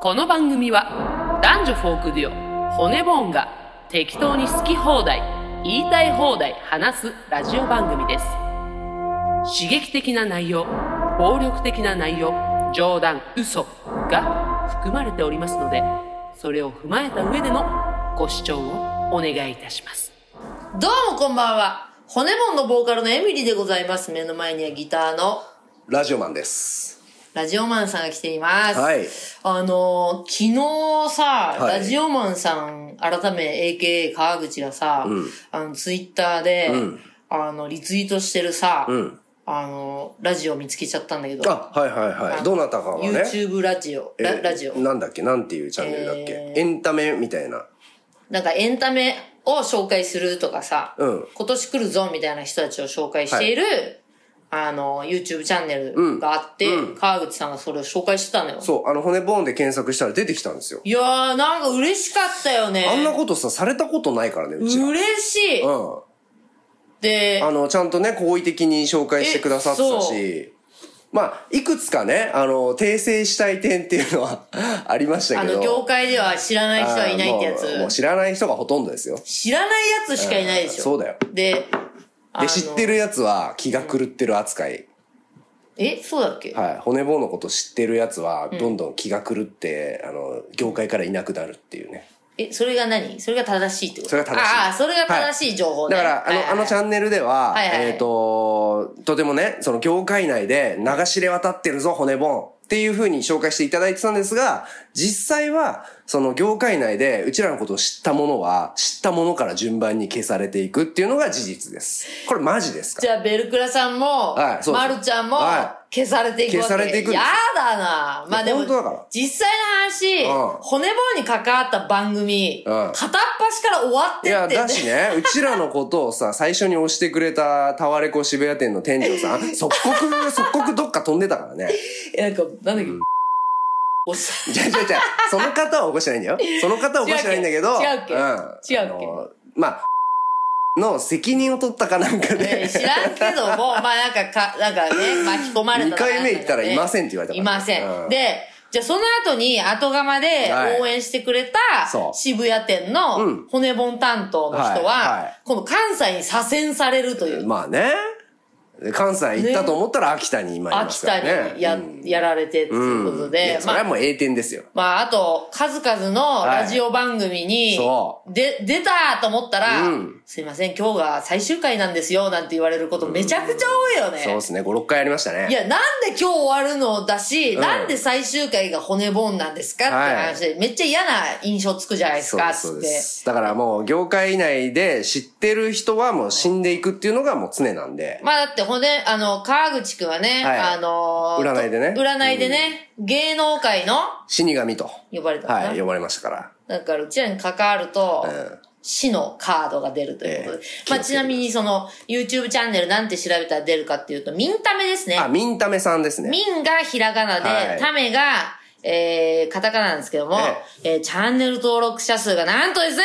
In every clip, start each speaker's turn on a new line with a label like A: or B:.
A: この番組は男女フォークデュオ骨ボーンが適当に好き放題言いたい放題話すラジオ番組です刺激的な内容暴力的な内容冗談嘘が含まれておりますのでそれを踏まえた上でのご視聴をお願いいたします
B: どうもこんばんは。骨もんのボーカルのエミリーでございます。目の前にはギターの
C: ラジオマンです。
B: ラジオマンさんが来ています。
C: はい
B: あのー、昨日さ、
C: はい
B: ラジオマンさん、改め AKA 川口がさ、あの、ツイッターで、
C: ん
B: あの、リツイートしてるさ、
C: ん
B: あの、ラジオ見つけちゃったんだけど、
C: あ、はいはいはい。どなたかはね。
B: YouTube ラジオ、
C: え
B: ララジオ。
C: なんだっけなんていうチャンネルだっけ
B: え、ー
C: エンタメみたいな。
B: なんかエンタメを紹介するとかさ、
C: うん
B: 今年来るぞみたいな人たちを紹介している、あの、YouTube チャンネルがあって、川口さんがそれを紹介してたのよ。
C: そう、あの、骨ボーンで検索したら出てきたんですよ。
B: いやー、なんか嬉しかったよね。
C: あんなことさ、されたことないからね、うちは。
B: 嬉しい。
C: うん。
B: で、
C: あの、ちゃんとね、好意的に紹介してくださってたし。まあ、いくつかね、あの、訂正したい点っていうのは ありました
B: あ
C: けど。
B: の、業界では知らない人はいないってや
C: あーもうもう
B: つ。
C: 知らない人がほとんどですよ。
B: 知らないやつしかいないでしょ。
C: そうだよ。
B: で、あ
C: で、
B: の
C: 知ってるやつは気が狂ってる扱い。
B: え、そうだっけ、
C: はい、骨棒のこと知ってるやつはどんどん気が狂って、あの業界からいなくなるっていうね
B: え、それが何それが正しいってこと
C: それが正しい
B: ああ、それが正しい情報ね。
C: だからあの,、あのチャ
B: ン
C: ンネルでは、
B: はいはいはい
C: えっ、ととてもねその業界内で流しれ渡ってるぞ骨棒っていうふうに紹介していただいてたんですが実際はその業界内でうちらのことを知ったものは知ったものから順番に消されていくっていうのが事実ですこれマジですか
B: じゃあ、ベルクラさんも、
C: はいそうで
B: マ
C: す
B: ルちゃんも、
C: は
B: 消されていくわけ。
C: 消されていくんで
B: や
C: すよ
B: だなまあでも
C: 本当だから、
B: 実際の話、
C: うん
B: 骨棒に関わった番組、
C: うん
B: 片っ端から終わっ
C: い
B: て
C: や、
B: って、
C: だしね、うちらのことをさ、最初に押してくれたタワレコ渋谷店の店長 さん、即刻、即刻どっか飛んでたからね。
B: えなんか、なんだっけ、おっさん
C: じゃじゃじゃその方は起こしてないん だよ。その方は起こしてないんだけど、
B: 違うっけ違うっけ
C: ん
B: 違うっけ
C: あのまあ、の責任を取ったかなんか
B: え
C: で
B: ー、知らんけども、 まあなんかか、なんかね、巻き込まれた
C: 2
B: かな
C: 回目行ったらいませんって言われた
B: い
C: からね。
B: ません。
C: う
B: で、じゃあその後に後釜で
C: はい
B: 応援してくれた
C: そう
B: 渋谷店
C: う
B: の
C: ん
B: 骨盆担当の人
C: はいは
B: は、この関西に左遷されるという、
C: まあね、関西行ったと思ったら秋田に今いま
B: 秋
C: すか
B: 田
C: らね。
B: にや、
C: うん
B: やられてっていうこと
C: い
B: で
C: や、そ
B: ま
C: れは
B: あ、
C: もう栄転ですよ。
B: まああと、数々のラジオ番組
C: はい
B: に、
C: そ
B: で、出たと思ったら
C: うん、
B: すいません、今日が最終回なんですよ、なんて言われることめちゃくちゃ多いよね。
C: そうですね、5、6回やりましたね。
B: いや、なんで今日終わるのだし、
C: うん
B: なんで最終回が骨ボーンなんですかって話で、めっちゃ嫌な印象つくじゃないです
C: そう
B: か、
C: で
B: つ
C: すそう
B: っ
C: で
B: て。
C: す。だからもう業界内で知ってる人はもう死んでいくっていうのがもう常なんで。
B: まあだって骨、あの、川口くんはね、
C: はい
B: あのー
C: 占いでね
B: と占いでね、芸能界の、
C: 死神と。
B: 呼ばれたのかな、
C: はい、呼ばれましたから。
B: だからうちらに関わると、
C: ん
B: 死のカードが出るということで。
C: ええ
B: まあ
C: 気をつけて
B: ちなみにその、YouTube チャンネルなんて調べたら出るかっていうと、ミンタメですね。
C: あ、ミンタメさんですね。
B: ミンがひらがなで、
C: はい
B: タメが、えー、カタカナなんですけども、えーチャンネル登録者数がなんとですね、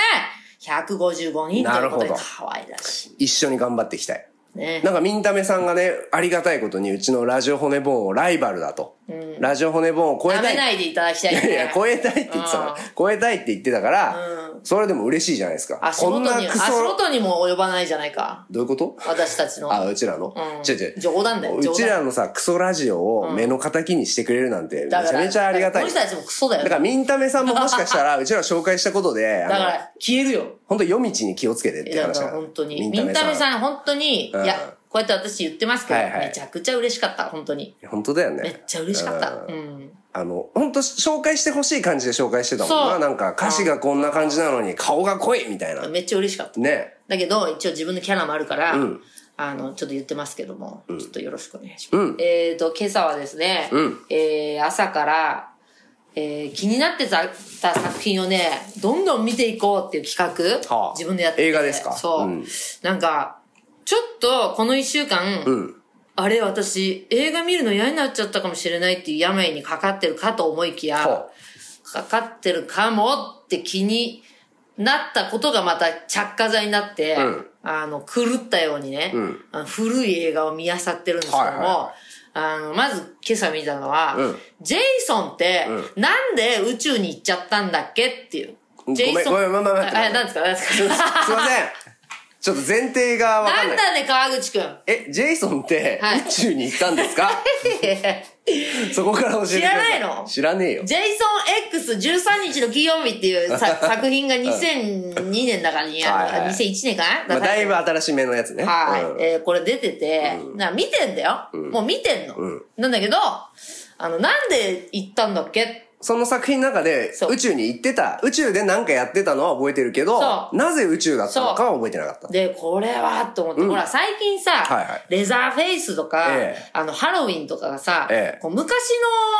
B: 155人ということで、
C: なるほど
B: 可愛らし
C: 一緒に頑張っていきたい。
B: いね。
C: なんかミンタメさんがね、ありがたいことにうちのラジオ骨ボーンをライバルだと。ラジオ骨ボーンを超え
B: 舐
C: た
B: め
C: い。
B: ないでいただきたい、
C: い
B: ね。
C: やいや、超えたいって言ってたから、超えたいって言ってたから、それでも嬉しいじゃないですか。
B: 足
C: こん
B: 元
C: な
B: に、
C: ク
B: 足
C: ソ、
B: 元にも及ばないじゃないか。
C: どういうこと
B: 私たちの。
C: あ、うちらの
B: うん
C: 違う違う。
B: 冗談だよ
C: うちらのさ、クソラジオを目の敵にしてくれるなんて、めちゃめちゃありがたい。
B: この人たちもクソだよ。
C: だから、ミンタメさ んももしかしたら、うちら紹介したことで、あ
B: だか
C: の、
B: ら消えるよ。
C: 本当夜道に気をつけてって
B: だ
C: 話
B: から
C: が。
B: 本当に。
C: ミ
B: ミン
C: ンタ
B: タメ
C: メさん。
B: さん、本当に、
C: うん
B: いや、こうやって私言ってますけど、
C: はいはい
B: めちゃくちゃ嬉しかった、本当に。
C: 本当だよ
B: めっ
C: ね。
B: ちゃ嬉しかった。うん
C: あの、本当紹介してほしい感じで紹介してたもん
B: そう
C: な。なんか、歌詞がこんな感じなのに、顔が濃いみたいな。
B: めっちゃ嬉しかった。
C: ね。
B: だけど、一応自分のキャラもあるから、
C: うん
B: あの、ちょっと言ってますけども、ちょっとよろしくお願いします。
C: うん
B: えっ、と、今朝はですね、
C: うん
B: えー朝から、えー気になってたた作品をね、どんどん見ていこうっていう企画、
C: はあ
B: 自分でやってて
C: 映画ですか
B: そう。
C: うん
B: なんか、ちょっとこの一週間、
C: うん。
B: あれ私、映画見るの嫌になっちゃったかもしれないっていう病にかかってるかと思いきや、
C: ほう
B: かかってるかもって気になったことがまた着火剤になって、
C: ん
B: あの、狂ったようにね、
C: ん
B: あの古い映画を見漁ってるんですけども、
C: はいはいは
B: あの、まず今朝見たのは、
C: うん
B: ジェイソンって、なんで宇宙に行っちゃったんだっけっていう。
C: ごめん
B: ジェイソン。
C: ごめんごめんごめん待って
B: あ、なんですか、なんです
C: すいま
B: か。
C: せん。ちょっと前提がわか
B: なんん
C: ない。
B: だね、川口く ん。
C: え、ジェイソンって
B: はい
C: 宇宙に行ったんですか、そこから教えてください。
B: 知らないの
C: 知らねえよ。
B: ジェイソン X13 日の金曜日っていうさ作品が2002年だからに、
C: はいはい
B: あの2001年かな、
C: まあ、だいぶ新しめのやつね。
B: はい、
C: うん
B: えーこれ出てて、な見てんだよ、もう見てんの、
C: ん
B: なんだけど、あの、なんで行ったんだっけ
C: その作品の中で
B: そう
C: 宇宙に行ってた、宇宙で何かやってたのは覚えてるけど
B: そ、う
C: なぜ宇宙だったのかは覚えてなかった。
B: で、これは、と思って、ほら、最近さ、
C: はいはい
B: レザーフェイスとか、
C: ええ
B: あの、ハロウィンとかがさ、
C: ええ
B: こう昔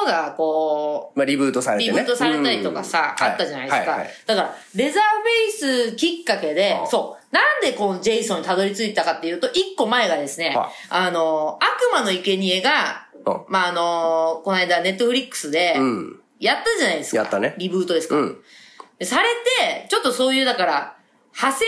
B: のが、こう、
C: まあ、リブートされて
B: リ
C: ね。
B: ブートされたりとかさ、
C: うん
B: あったじゃないですか。
C: ははいはい
B: だから、レザーフェイスきっかけで
C: あ、あ
B: そう、なんでこのジェイソンにたどり着いたかっていうと、一個前がですね
C: はい、
B: あの、悪魔の生贄が
C: うん、
B: まあ、あの、この間ネットフリックスで
C: ん、
B: やったじゃないですか。
C: やったね
B: リブートですか。
C: うん。
B: でされて、ちょっとそういう、だから、派生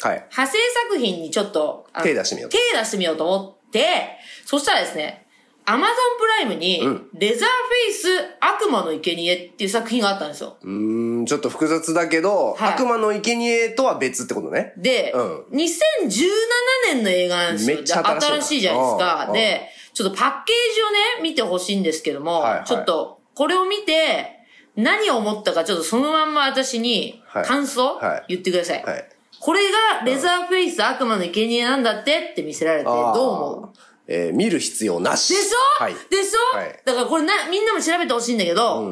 B: 品、
C: はい
B: 派生作品にちょっと、あの
C: 手出してみよう
B: 手出してみようと思って、そしたらですね、アマゾンプライムに、レザーフェイス悪魔の生贄っていう作品があったんですよ。
C: うーん、ちょっと複雑だけど、
B: はい
C: 悪魔の生贄とは別ってことね。
B: で、
C: うん
B: 2017年の映画なんですよ。
C: めっちゃ新しい
B: でしいじゃないです
C: うんう
B: か。
C: ん
B: で、ちょっとパッケージをね、見てほしいんですけども、
C: はいはい
B: ちょっと、これを見て、何を思ったか、ちょっとそのまんま私に
C: はい
B: 感想、
C: はい
B: 言ってください。
C: はい。
B: これがレザーフェイス悪魔の生贄なんだってって見せられて、どう思う
C: うえー見る必要なし。
B: でしょ、
C: はい。
B: でしょ、
C: はい
B: だからこれな、みんなも調べてほしいんだけど、こん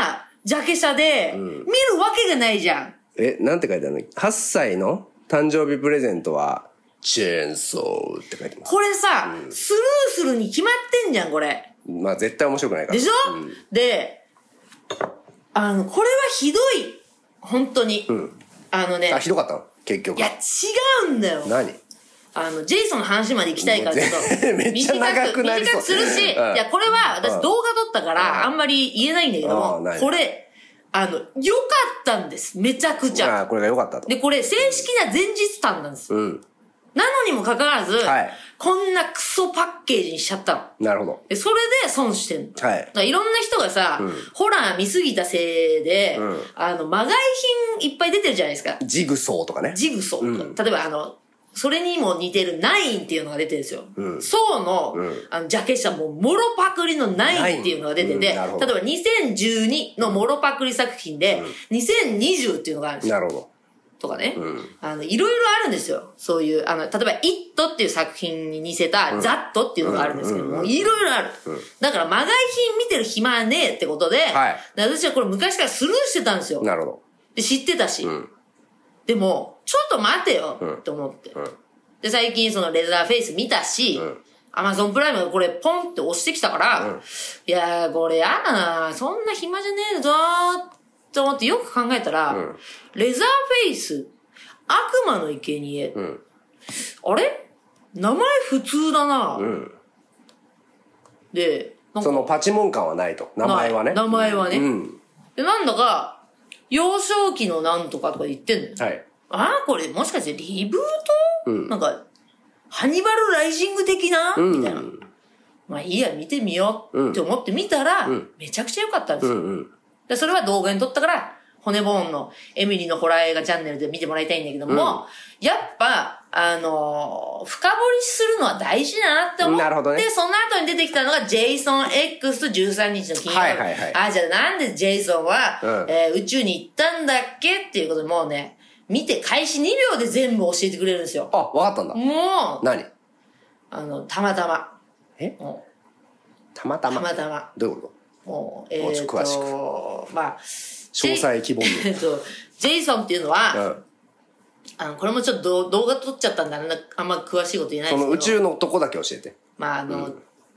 B: なジャケ写で、見るわけがないじゃん。
C: え、なんて書いてあるの ?8 歳の誕生日プレゼントは、チェーンソーって書いてます。
B: これさ、スルーするに決まってんじゃん、これ。
C: まあ絶対面白くないから。
B: でしょ、で、あの、これはひどい。本当に。あのね
C: あ、、ひどかったの結局。
B: いや、違うんだよ。
C: 何
B: あの、ジェイソンの話まで行きたいから、ちょっと。
C: もう全 めっちゃ長くなりそ
B: 短
C: う
B: くするし、
C: うん
B: いや、これは私
C: うん
B: 動画撮ったから、あんまり言えないんだけど
C: あー
B: も
C: ない、
B: これ、あの、良かったんです。めちゃくち
C: あ
B: ゃ。
C: あ、これが良かったと。
B: で、これ、正式な前日短なんですよ。
C: うん。
B: なのにもかかわらず
C: はい、
B: こんなクソパッケージにしちゃったの。
C: なるほど。
B: で、それで損してんの。
C: はい
B: だからいろんな人がさ、ホラー見すぎたせいで、
C: ん
B: あの、まがい品いっぱい出てるじゃないですか。
C: ジグソーとかね。
B: ジグソーとか、例えばあの、それにも似てるナインっていうのが出てるんですよ。
C: うん
B: そうの、あの、ジャケ写もう、もろパクリのナインっていうのが出てて、
C: ナインうんなるほど
B: 例えば2012のもろパクリ作品で、2020っていうのがあるんですよ。
C: なるほど。
B: とかね。あの、いろいろあるんですよ。そういう、あの、例えば、イットっていう作品に似せた、ザットっていうのがあるんですけども、いろいろある。だから、まがい品見てる暇はねえってことで、
C: はい
B: で私はこれ昔からスルーしてたんですよ。
C: なるほ
B: で、知ってたし。
C: ん
B: でも、ちょっと待てよ、と思って、
C: ん
B: で、最近そのレザーフェイス見たし、アマゾンプライムがこれポンって押してきたから、いやー、これやだなそんな暇じゃねえぞーと思ってよく考えたら、レザーフェイス、悪魔の生贄、
C: ん
B: あれ名前普通だな、
C: ん
B: で、な
C: ど。
B: ん
C: そ
B: か
C: のパチモン感はないと。名前はね。
B: ない名前はね
C: うん。
B: でなんだか、幼少期のなんとかとか言ってんのよ。
C: はい。
B: ああ、これもしかしてリブート、なんか、ハニバルライジング的な、みたいな。まあいいや、見てみようって思って見たら、めちゃくちゃ良かったんですよ、
C: うんうん。
B: で。それは動画に撮ったから、骨ボーンのエミリーのホラー映画チャンネルで見てもらいたいんだけども、やっぱ、あのー深掘りするのは大事だなって思って、
C: なるほどね
B: その後に出てきたのが、ジェイソン X と13日の金曜日。
C: はいはいはい
B: あ、じゃあなんでジェイソンは、
C: うん
B: えー宇宙に行ったんだっけっていうことでもうね、見て開始2秒で全部教えてくれるんですよ。
C: あ、わかったんだ。
B: もう、
C: 何
B: あの、たまたま。
C: え
B: も
C: たまた
B: うた
C: ま。
B: またま。
C: どういうこ
B: もう、え
C: もうち
B: ー、
C: ょっと詳し
B: と、まあ、
C: と詳細規模に。
B: えっと、ジェイソンっていうのは、
C: うん。
B: あの、これもちょっとどう動画撮っちゃったんで、あんなあんま詳しいこと言えない
C: そ
B: ですけ
C: の
B: ど。
C: 宇宙のとこだけ教えて。
B: まあ、あの、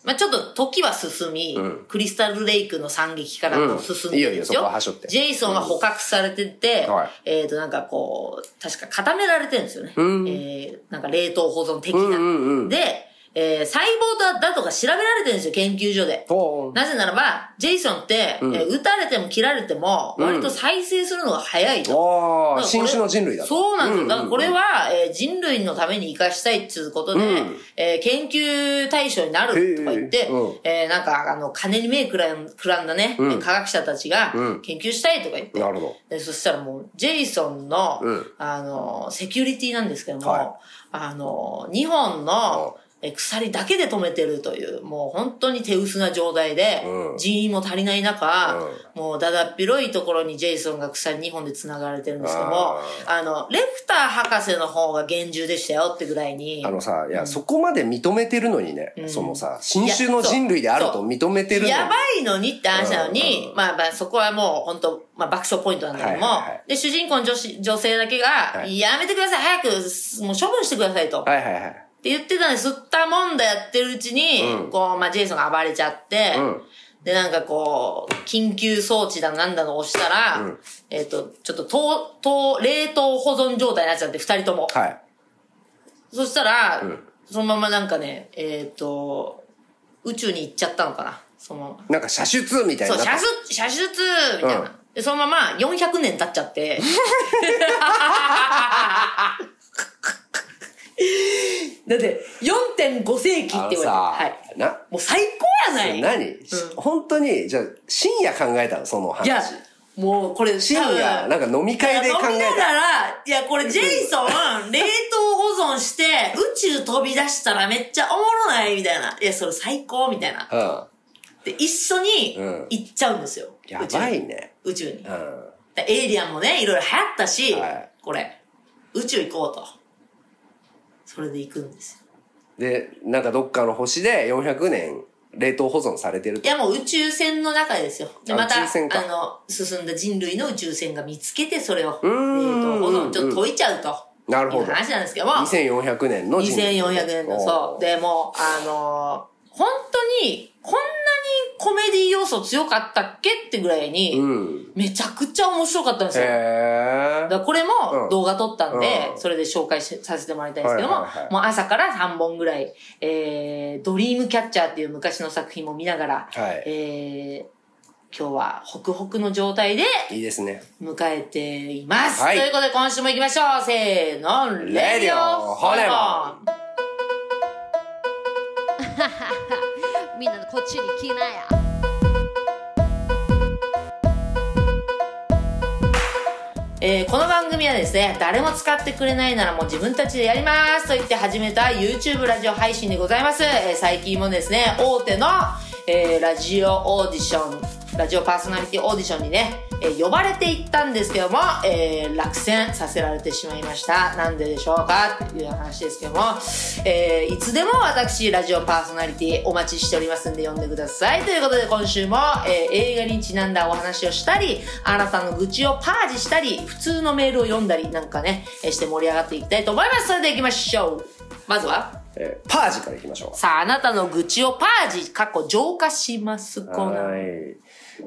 B: まあちょっと時は進み、クリスタルレイクの惨劇からこう進んでるんです
C: いいよいいよそ
B: よ。
C: こは端折って
B: ジェイソンは捕獲されてて、
C: うんはい
B: えっ、と、なんかこう、確か固められてるんですよね。えーなんか冷凍保存的な。
C: うんうんうん
B: で、えー細胞だだとか調べられてるんですよ、研究所で。
C: ほう
B: なぜならば、ジェイソンって、えー撃たれても切られても、割と再生するのが早いと。だからこ
C: ああ、
B: れ
C: 新種の人類だと。
B: そうなんですよ。だからこれは、えー人類のために生かしたいっていうことで、
C: うん
B: えー研究対象になるとか言っ
C: へ
B: て
C: えうん、
B: えーなんか、あの、金に目くらんくらんだね、
C: うん
B: 科学者たちが
C: うん
B: 研究したいとか言って、
C: なるほ
B: でそしたらもう、ジェイソンの、
C: うん
B: あの、セキュリティなんですけども、
C: はい
B: あの、2本の、えー鎖だけで止めてるという、もう本当に手薄な状態で、
C: うん
B: 人員も足りない中、
C: うん
B: もうだだっ広いところにジェイソンが鎖2本で繋がれてるんですけども
C: あ、
B: あの、レクター博士の方が厳重でしたよってぐらいに。
C: ど。あのさ、いや、そこまで認めてるのにね、そのさ、新種の人類であると認めてるのに。
B: やばいのにって話なの
C: うん
B: に、
C: うん
B: まあまあそこはもう本当まあ爆笑ポイントなんだけども、
C: はいはいはい
B: で、主人公の女子女性だけが、
C: い
B: やめてください、早くす、もう処分してくださいと。
C: はいはいはい。
B: って言ってたんです、吸ったもんだやってるうちに、
C: うん
B: こう、まあジェイソンが暴れちゃって、
C: うん
B: で、なんかこう、緊急装置だなんだの押したら、
C: うん
B: えっ、と、ちょっと凍、凍、冷凍保存状態になっちゃって、二人とも。
C: はい。
B: そしたら、
C: ん
B: そのままなんかね、えっ、と、宇宙に行っちゃったのかな。その、
C: なんか射出みたい
B: そ
C: に
B: う、
C: なっ
B: 射
C: た。
B: 出、射出みたいな。
C: うん
B: で、そのまま400年経っちゃって。 だって、4.5世紀って言われ
C: あの
B: てる。
C: さ、
B: はい。
C: な、
B: もう最高やない
C: 何、本当に、じゃあ深夜考えたの、その話。
B: いや、もうこれ
C: 深
B: 多分
C: 夜、なんか飲み会で考
B: 飲みな
C: え
B: が
C: た。
B: ら、いや、これジェイソン、冷凍保存して、宇宙飛び出したらめっちゃおもろないみたいな。いや、それ最高みたいな。
C: うん。
B: で、一緒に
C: うん
B: 行っちゃうんですよ。
C: やばいね。
B: 宇宙に。宇宙に
C: う。ん。
B: でエイリアンもね、いろいろ流行ったし、
C: はい
B: これ、宇宙行こうと。それで行くんですよ。
C: で、なんかどっかの星で400年冷凍保存されてる
B: い
C: と。
B: や、もう宇宙船の中ですよ。で、
C: あ
B: また、あ
C: 宇宙船か
B: の、進んだ人類の宇宙船が見つけて、それを、冷
C: ーん
B: 凍保存、ちょっと解いちゃうと。
C: なるほ
B: いう
C: ど。
B: 話なんですけども。
C: 2400年の人類
B: 2400年の、
C: お
B: そう。
C: ー
B: でもう、あのー本当に、こんなにコメディ要素強かったっけってぐらいに、
C: うん。
B: めちゃくちゃ面白かったんですよ。
C: へ
B: だか
C: え。
B: らこれ
C: うん
B: も動画撮ったんで、
C: うん
B: それで紹介しさせてもらいたいんですけども、
C: はいはいはい
B: もう朝から3本ぐらい、えー、ドリームキャッチャーっていう昔の作品も見ながら、
C: はい
B: えー、今日はホクホクの状態で
C: いいですね。
B: 迎えています。
C: はい
B: ということで今週も行きましょう。せーの、
C: レディオホレモン
D: みんなこっちに来なや。
B: えーこの番組はですね、誰も使ってくれないならもう自分たちでやりますと言って始めた YouTube ラジオ配信でございます。えー最近もですね、大手の、えーラジオオーディション、ラジオパーソナリティオーディションにね、えー呼ばれていったんですけども、えー落選させられてしまいました。なんででしょうかという話ですけども、えーいつでも私、ラジオパーソナリティお待ちしておりますんで呼んでください。ということで今週も、えー映画にちなんだお話をしたり、あなたの愚痴をパージしたり、普通のメールを読んだりなんかね、えーして盛り上がっていきたいと思います。それでは行きましょう。まずは、
C: えーパージからいきましょ
B: さあ、あなたの愚痴をパージ、過去浄化します
C: う。
B: コーナー。
C: い。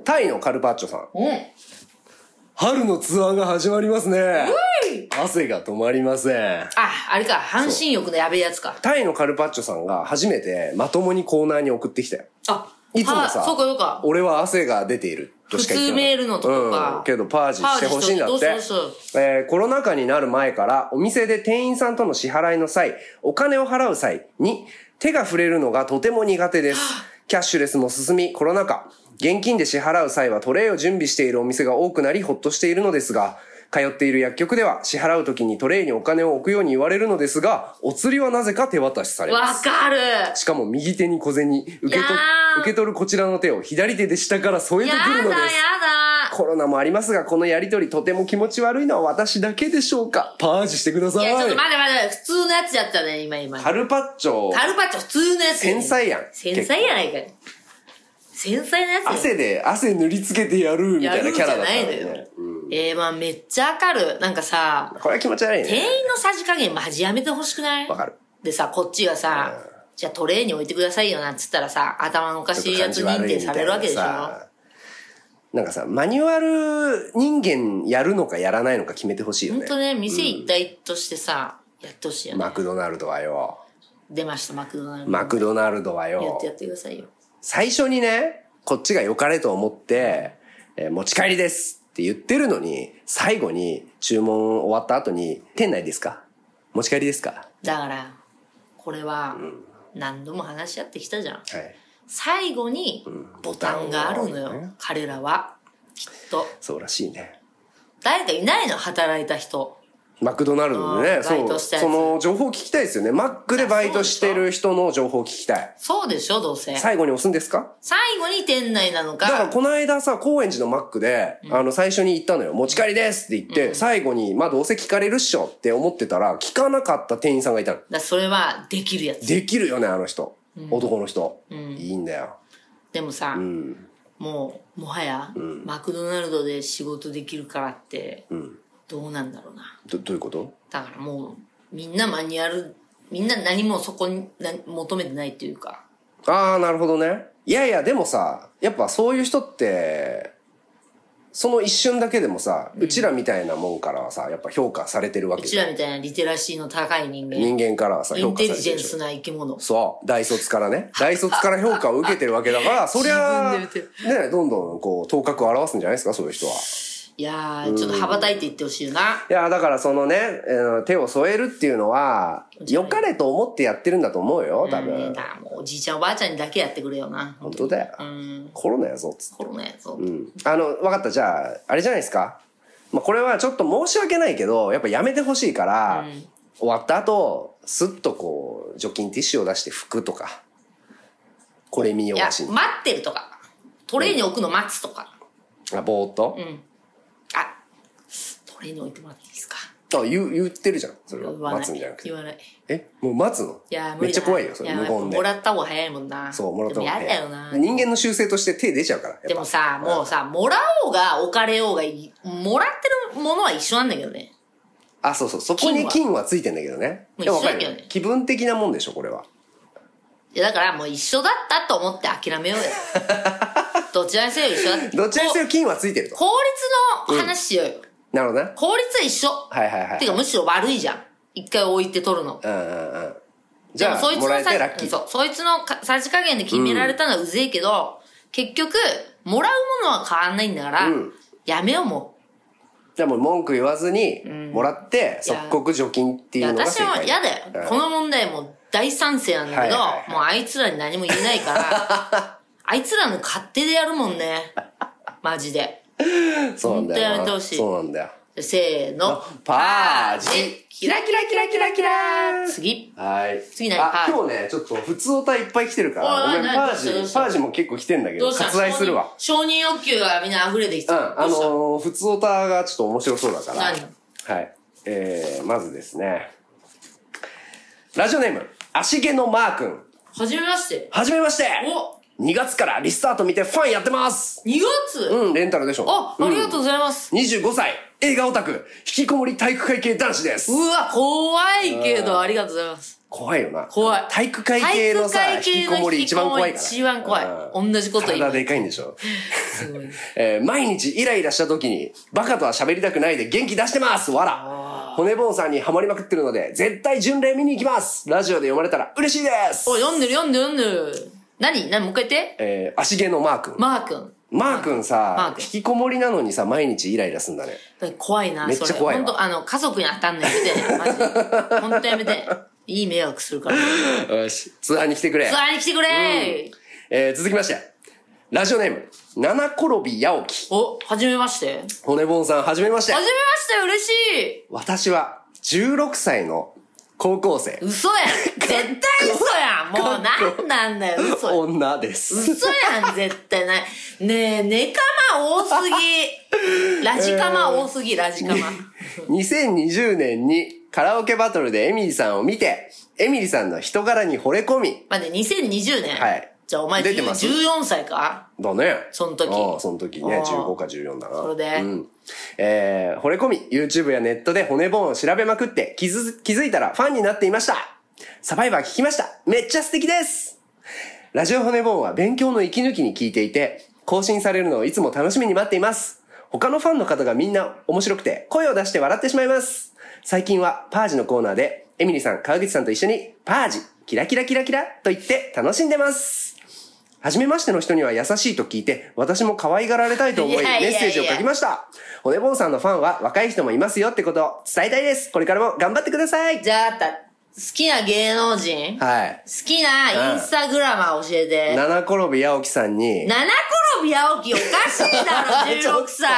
C: タイのカルパッチョさん。
B: うん。
C: 春のツアーが始まりますね。汗が止まりません。
B: あ、あれか、半身浴のやべえやつか。
C: タイのカルパッチョさんが初めてまともにコーナーに送ってきたよ。
B: あ、
C: いつも
B: は
C: さ、
B: そうかそうか。
C: 俺は汗が出ているとしか言っ
B: 普通
C: てなかった
B: メールのとこか
C: うん、けどパージしてほしいんだって。
B: パージしてほしいどうぞどう
C: えーコロナ禍になる前から、お店で店員さんとの支払いの際、お金を払う際に、手が触れるのがとても苦手です。キャッシュレスも進み、コロナ禍。現金で支払う際はトレイを準備しているお店が多くなり、ほっとしているのですが、通っている薬局では支払う時にトレイにお金を置くように言われるのですが、お釣りはなぜか手渡しされます
B: わ。かる
C: しかも右手に小銭、受けと
B: やー
C: 受け取るこちらの手を左手で下から添えて
B: や
C: く
B: だや
C: るのです。
B: だ
C: コロナもありますが、このやりとりとても気持ち悪いのは私だけでしょうかパージしてくださ
B: い
C: い。
B: や、ちょっと待って待って、普通のやつやったね、今今。
C: カルパッチョ、
B: カルパッチョ普通のやつやね
C: 繊細やん
B: 繊細やないかい。繊細なやつやね
C: 汗で、汗塗りつけてやる、みたいなキャラだった
B: や
C: ん
B: るん
C: だ
B: じゃ
C: よ
B: ないの
C: ね
B: よ。。えー、まあめっちゃわかる。なんかさ、
C: これは気持ち悪い
B: 店
C: ね。
B: 員のさじ加減マジやめてほしくない
C: わかる。
B: でさ、こっちがさ、じゃあトレーに置いてくださいよなんつったらさ、頭のおかしいやつ認定されるわけでしょ
C: ちょっと感じ悪いみたいなさなんかさ、マニュアル人間やるのかやらないのか決めてほしいよ
B: ほん
C: ね。
B: とね、店一体としてさ、やってほしいよね。
C: マクドナルドはよ。
B: 出ました、マクドナルド。
C: マクドナルドは
B: やっ
C: よ
B: て、やってくださいよ。
C: 最初にね、こっちが良かれと思って、えー持ち帰りですって言ってるのに、最後に注文終わった後に、店内ですか持ち帰りですか
B: だから、これは、何度も話し合ってきたじゃん。
C: はい。
B: 最後に、ボタンがあるの
C: ボタンを
B: よ。彼らは。きっと。
C: そうらしいね。
B: 誰かいないの働いた人。
C: マクドナルドで
B: うん
C: ね、
B: バ
C: そ
B: イト
C: う、
B: したやつ
C: その情報聞きたいですよね。マックでバイトしてる人の情報聞きたい。
B: そうでしょ、どうせ。
C: 最後に押すんですか
B: 最後に店内なの
C: だから
B: か。
C: この間さ、高円寺のマックで、あの、最初に行ったのよ。持ち帰りですって言って、最後に、まあどうせ聞かれるっしょって思ってたら、聞かなかった店員さんがいたの。
B: だそれはできるやつ。
C: できるよね、あの人。男の人、いいんだよ。
B: でもさ、
C: うん。
B: もう、もはや、マクドナルドで仕事できるからって、どうなんだろうな。
C: ど、どういうこと
B: だからもう、みんなマニュアル、みんな何もそこにな求めてないっていうか。
C: ああ、なるほどね。いやいや、でもさ、やっぱそういう人って、その一瞬だけでもさ、うちらみたいなもんからはさ、やっぱ評価されてるわ
B: う
C: け
B: ち
C: じゃん
B: らみたいなリテラシーの高い人間、
C: 人間からはさ、
B: イ
C: 評
B: ン
C: 価さ
B: テ
C: れ
B: リ
C: て
B: ジェン
C: るでし
B: ス
C: ょ。
B: な生き物。
C: そう、大卒から ね。大卒から評価を受けてるわけだから、そりゃ、
B: 自分で
C: ね、どんどんこう、頭角を表すんじゃないですか、そういう人は。
B: いやー、ちょっと羽ばたいていってほしいよな。
C: いや、だからそのね、えー手を添えるっていうのは、良かれと思ってやってるんだと思うよ、多
B: うん
C: 分
B: だ。からもうおじいちゃんおばあちゃんにだけやってくれよな。
C: 本当だよ。
B: うん。
C: コロナやぞ、つって
B: コロナやぞ。
C: うんあの、わかった。じゃあ、あれじゃないですか。まあ、これはちょっと申し訳ないけど、やっぱやめてほしいから、終わった後、スッとこう、除菌ティッシュを出して拭くとか、これ見よ
B: いうや、
C: がし
B: 待
C: に。
B: ってるとか。トレーに置くの待つとか。
C: あ、ぼーっと、
B: あ、トレーに置いてもらっていいですか。
C: あ言う、言ってるじゃん。それは。
B: 言わな
C: 待つんじゃないくて
B: 言。わない。
C: え、もう待つの
B: いや、無
C: めっ
B: 理
C: ちゃ
B: だな
C: 怖いよ、それ。
B: や
C: 無言で
B: も。らった方が早いもんな。
C: そう、もらった
B: で
C: 方
B: も
C: が
B: やだよな。
C: 人間の習性として手出ちゃうから。やっぱ
B: でもさ、もうさ、もらおうが置かれようがいい、もらってるものは一緒なんだけどね。
C: あ、そうそう。そこに金はついてんだけどね。
B: もう
C: でもわか
B: 一緒
C: る
B: だ
C: よ
B: けどね。
C: 気分的なもんでしょ、これは。
B: いや、だからもう一緒だったと思って諦めよう よ。どちらにせよ一緒だって。
C: どっちらにせよ
B: こ
C: 金はついてると。
B: 効率の話しようよ。
C: なるほどね。
B: 効率は一緒。
C: はいはいはい。
B: てかむしろ悪いじゃん。一回置いて取るの。
C: うんうんうん。じ
B: で
C: ゃ
B: も
C: あ、
B: そいつ
C: も
B: の
C: らえ
B: さ
C: てラッキー。
B: そう、そいつのかさじ加減で決められたのはうぜえけど、結局、もらうものは変わんないんだから、
C: うん
B: やめようも
C: じゃあもう文句言わずに、もらって、即刻除菌って
B: う。い
C: いう
B: や
C: のが
B: 私
C: 正
B: は
C: 解。
B: 嫌だよ。この問題もう大賛成なんだけど、
C: はいはいはい
B: もうあいつらに何も言えないから、 あいつらの勝手でやるもんね。マジで。
C: うん そうなん
B: 本
C: だ
B: 当やめて
C: よ
B: ほ
C: な。
B: しい
C: そうなんだよ。
B: せーの。
C: パージ
B: キラキラキラキラキラ次。
C: はい。
B: 次何パー
C: あ
B: ジ
C: 今日ね、ちょっと、普通おたいっぱい来てるか
B: おいおい
C: ら、ごめん、
B: 何
C: パ
B: どうしたど
C: ー
B: うし
C: ジ、
B: た
C: パージも結構来てんだけ
B: ど
C: ど、
B: うした
C: 割愛するわ。
B: 承認承認欲求がみんな溢れてき
C: う
B: た。
C: ん、あ
B: どうした
C: のー、普通おたがちょっと面白そうだから。
B: 何
C: はい。えー、まずですね。ラジオネーム、足毛のマー君。
B: はじめまして。
C: はじめまして
B: お
C: !2 月からリスタート見てファンやってます
B: 2月、
C: うん、レンタルでしょ。
B: あ、ありがとうございます。
C: うん。25歳、映画オタク、引きこもり体育会系男子です。
B: うわ、怖いけど、ありがとうございます。
C: 怖いよな。
B: 怖い
C: 体育会系のさ、
B: 体育会系の
C: 引きこもり一番怖いから。
B: 一番怖い
C: うん
B: 同じこと言う
C: 体でかいんでしょ。
B: すごい。
C: えー毎日イライラした時に、バカとは喋りたくないで元気出してますわら骨ボンさんにハマりまくってるので、絶対巡礼見に行きますラジオで読まれたら嬉しいです
B: お、読んでる読んでる読んでる。何何もう一回言って。
C: えー足毛のマー君。
B: マー君。
C: マー君
B: マー
C: さ、
B: 君
C: 引きこもりなのにさ、毎日イライラすんだね。
B: 怖いな、
C: めっちゃ
B: それ。
C: 怖いわ
B: 本当あの、家族に当たんないで、マジで。本当やめて。いい迷惑する から。ツ
C: よし。通販に来てくれ。
B: アーに来てくれ、
C: えー続きまして。ラジオネーム、七転び八起き。
B: お、はじめまして。はじ
C: 骨盆さん、はじめまして
B: めま。して、嬉しい。
C: 私は、16歳の高校生、
B: 嘘 やん。絶対嘘やん。もうなんなんだよ、嘘やん。
C: 女です。
B: 嘘やん、絶対ない。ねえ、ネカマ多す ぎ。ラジカマ多すぎ、ラジカマ。
C: 2020年にカラオケバトルでエミリさんを見て、エミリさんの人柄に惚れ込み、
B: 待って、2020年。
C: はい
B: じゃあお前
C: 出てます
B: 14歳か
C: だね。
B: その時
C: ああその時ね、
B: ああ
C: 15か14だな。
B: それで
C: うん。えー、惚れ込み、YouTube やネットで骨盆を調べまくって、気づ、気づいたらファンになっていました。サバイバー聞きました。めっちゃ素敵ですラジオ骨盆は勉強の息抜きに聞いていて、更新されるのをいつも楽しみに待っています。他のファンの方がみんな面白くて、声を出して笑ってしまいます。最近はパージのコーナーで、エミリさん、川口さんと一緒に、パージ、キラキラキラキラと言って楽しんでます。はじめましての人には優しいと聞いて、私も可愛がられたいと思
B: い
C: い、
B: やいやいや
C: メッセージを書きました。骨ボンさんのファンは若い人もいますよってことを伝えたいです。これからも頑張ってください。
B: じゃあ、あった、好きな芸能人好
C: はい。
B: きなインスタグラマー教えて。
C: 七転び八起さんに、
B: 七転び青木おかしい だろ、16歳。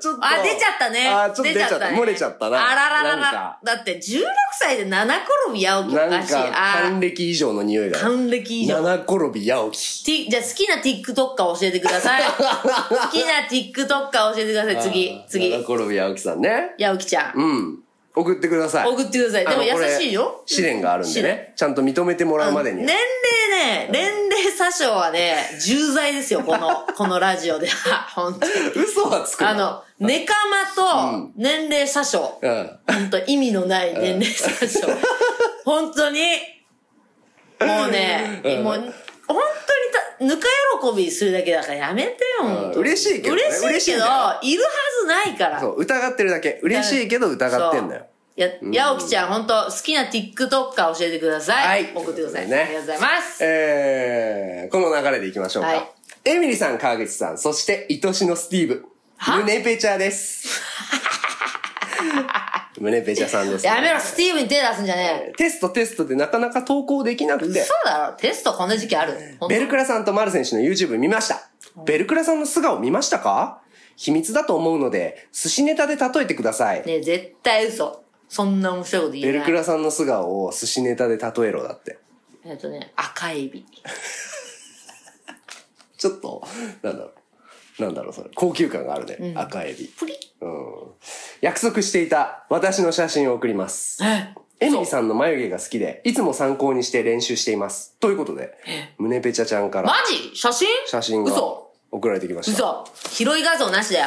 C: ちょっと
B: あ、出ちゃったね。
C: あ、ちょっと出ちゃった。
B: ね
C: 漏れちゃったな。
B: あららら
C: なん
B: ら
C: か。
B: だって16歳で七転び青木お
C: な
B: か
C: ん
B: しい。
C: か、還
B: あ
C: 暦以上の匂い
B: ー、
C: が。
B: 還暦以上。
C: 七転び八起。
B: T- じゃあ好きな TikToker 教えてくださ い。好きな TikToker 教えてください。次
C: あ、ー
B: 次
C: 七。転び八起さんね。
B: やおきちゃん。
C: うん。送ってください。
B: 送ってください。でも
C: あのこれ
B: 優しいよ。
C: 試練があるんで
B: 試練
C: ね。ちゃんと認めてもらうまでに。
B: 年齢ね、年齢詐称はね、重罪ですよ、この、このラジオでは。本 当に。
C: 嘘はつくな
B: あ、の、ネカマと年齢詐称。
C: うん。
B: 本当意味のない年齢詐称。本当に、もうね、
C: うん
B: もう、本当にた、ぬか喜びするだけだからやめてよ、本当に
C: 嬉しいけどね
B: 嬉しいけど、いるはずないから。
C: そう、疑ってるだけ。嬉しいけど疑ってんだよ。
B: そう。や、やおきちゃん、本当好きな TikToker 教えてください。
C: はい
B: 送ってください。
C: ね
B: ありがとうございます。
C: えー、この流れでいきましょうか。
B: はい
C: エミリさん、川口さん、そして、愛しのスティーブ。
B: は
C: 胸ペチ ャです。胸ペチャさんです、
B: やめろ、スティーブに手出すんじゃねえ。
C: テストテストでなかなか投稿できなくて
B: 嘘、だろ、テストこんな時期ある。本当
C: ベルクラさんとマル選手の YouTube 見ました。ベルクラさんの素顔見ましたか秘密だと思うので、寿司ネタで例えてください。
B: ねえ絶対嘘。そんな面白いこと言
C: ベ
B: え
C: ル
B: な
C: ク
B: い。
C: ラさんの素顔を寿司ネタで例えろだって。
B: えっとね、赤エビ。
C: ちょっと、なんだろう。なんだろう、それ。高級感があるね。赤エビ。
B: プリッ
C: うん約束していた私の写真を送ります。
B: え
C: エミリさんの眉毛が好きで、いつも参考にして練習しています。ということで、胸ペチャちゃんか
B: マ
C: ら
B: ジ写真
C: 写真が
B: 嘘
C: 送られてきました。
B: 嘘拾い画像なしだよ。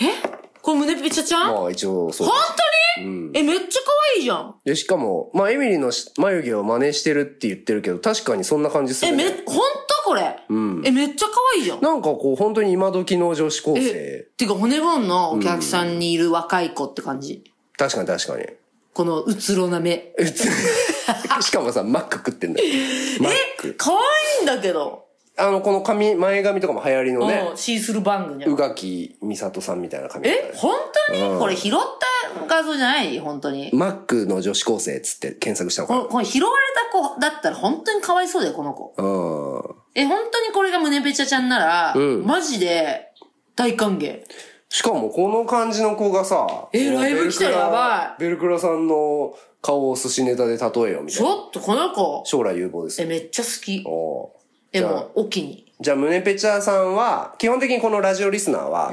B: えこれ胸ピチャちゃん本
C: まあ一応そう。
B: 当に、え、めっちゃ可愛いじゃん。
C: で、しかも、まあエミリのし眉毛を真似してるって言ってるけど、確かにそんな感じす
B: え、
C: る、
B: め、
C: ね。
B: 本当これ、え、めっちゃ可愛いじゃん。
C: なんかこう、本当に今時の女子高生
B: え。、てか骨盆のお客さんにいる若い子って感じ。
C: 確かに確かに。
B: このうつろな目。
C: うつしかもさ、マック食ってんだよ。マッ
B: え、
C: ク。
B: 可愛いんだけど。
C: あの、この髪、前髪とかも流行りのね
B: うん、、シースルーバングにゃ
C: 宇。垣美里さんみたいな髪型
B: え
C: で、
B: 本当に、これ拾った画像じゃない本当に。
C: マックの女子高生っつって検索したの
B: こ
C: か
B: の、この拾われた子だったら本当に可哀想だよ、この子。
C: なうん。
B: え、本当にこれが胸ペチャちゃんなら、
C: うん
B: マジで大歓迎。
C: しかもこの感じの子がさ、
B: えライブ来たらやば
C: い。ベルクラさんの顔を寿司ネタで例えよみ
B: ち
C: たいな。
B: ょっとこの子、
C: 将来有望です
B: え、
C: よ。
B: めっちゃ好き。
C: おー
B: え、
C: じゃあ
B: もう、お気に。
C: じゃあ、ムネペチャーさんは、基本的にこのラジオリスナーは、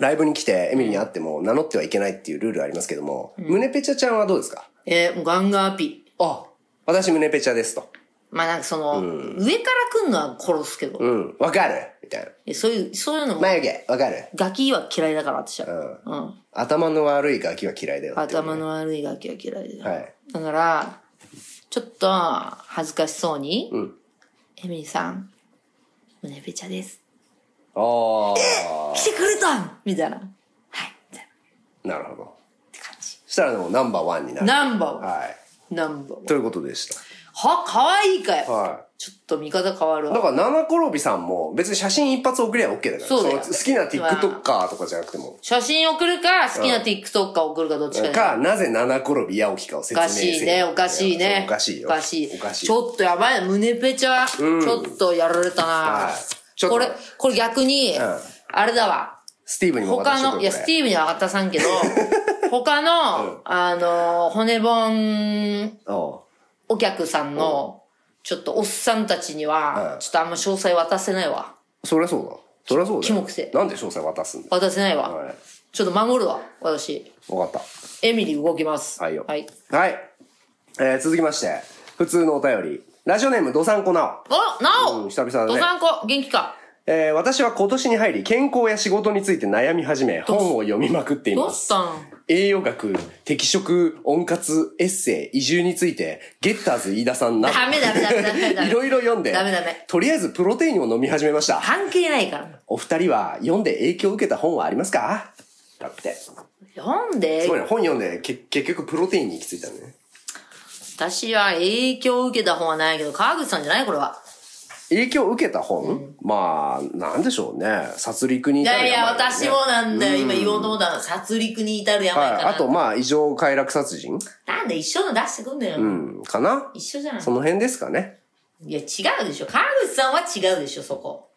C: ライブに来てエミリーに会っても名乗ってはいけないっていうルールありますけども、ムネペチャちゃんはどうですか
B: え、もうガンガンアピ。
C: あ、私ムネペチャですと。
B: まあなんかその、上から来んのは殺すけど、
C: うん、わかるみたいな。
B: えそういう、そういうのも、
C: 眉毛、わかる
B: ガキは嫌いだから、私は。うん。
C: 頭の悪いガキは嫌いだよっていうね
B: 頭の悪いガキは嫌いだよ。
C: はい
B: だから、ちょっと、恥ずかしそうに、
C: うん
B: エミリーさん、胸ペチャです。
C: あ
B: 来てくれたんみたいな。はい、みたいなっ
C: あ、なるほど。
B: て感じ。
C: そしたらもうナンバーワンになる。
B: ナンバーは、
C: は。
B: ナンバーはい
C: ということでした。
B: は、可愛いかよ。
C: は
B: ちょっと見方変わる
C: い。だ
B: わ。
C: から、七転びさんも別に写真一発送りゃ OK だから。
B: そうだよ
C: の好きな TikToker とかじゃなくても。
B: 写真送るか、好きな TikTok か送るかどっちかだよ
C: か、なぜ七転び八起きかを説
B: お
C: 明
B: か
C: せよ
B: しいね、おかしいね
C: そ。うおかしいよ。
B: おかしい。
C: おかしい。
B: ちょっとやばいな、胸ペチャ、ちょっとやられたな
C: はいちょっと
B: これ、これ逆に、
C: ん
B: あれだわ。
C: スティーブにも渡
B: 他
C: しとく
B: の、いや、ステ
C: ィー
B: ィーブには渡さ んけど、他の、あの、骨盆
C: ブ。おう
B: お客さんの、ちょっとおっさんたちには
C: う、ん
B: ちょっとあんま詳細渡せないわ。
C: そりゃそうだ。そりゃそうだよ。
B: キモくせえ
C: なんで詳細渡すんだよ
B: 渡せないわ。
C: はい。
B: ちょっと守るわ、私。
C: わかっ
B: エミリー動きます。
C: た。はいよ。
B: はい。。
C: はい。えー続きまして、普通のお便り。ラジオネーム、どさんこな
B: お、な
C: う
B: お
C: ん久々だね
B: ドサンコ、元気か。
C: お。えー私は今年に入り、健康や仕事について悩み始め、本を読みまくってい
B: ど
C: ま
B: う
C: す。
B: したん
C: 栄養学、適食、温活、エッセイ、移住について、ゲッターズ飯田さんな
B: ダメダメダメダメダ
C: ど、
B: メ。
C: いろいろ読んで、
B: ダメダメ。
C: とりあえずプロテインを飲み始めました。
B: 関係ないから。
C: お二人は読んで影響を受けた本はありますかだって。す
B: 読んで
C: ごい、ね、本読んでけ結局プロテインに行き着いたね。
B: 私は影響を受けた方はないけど、川口さんじゃないこれは。
C: 影響を受けた本、まあ、なんでしょうね。殺戮に
B: い
C: 至る
B: や
C: 病
B: いや、
C: だよね
B: 私もなんだよ。今言おうと思ったの。殺戮に至る病
C: はい
B: か。な。
C: あと、まあ、異常快楽殺人
B: なんで一緒の出してくんだよ。
C: うん、かな
B: 一緒じゃない
C: その辺ですかね。
B: いや、違うでしょ。川口さんは違うでしょ、そこ。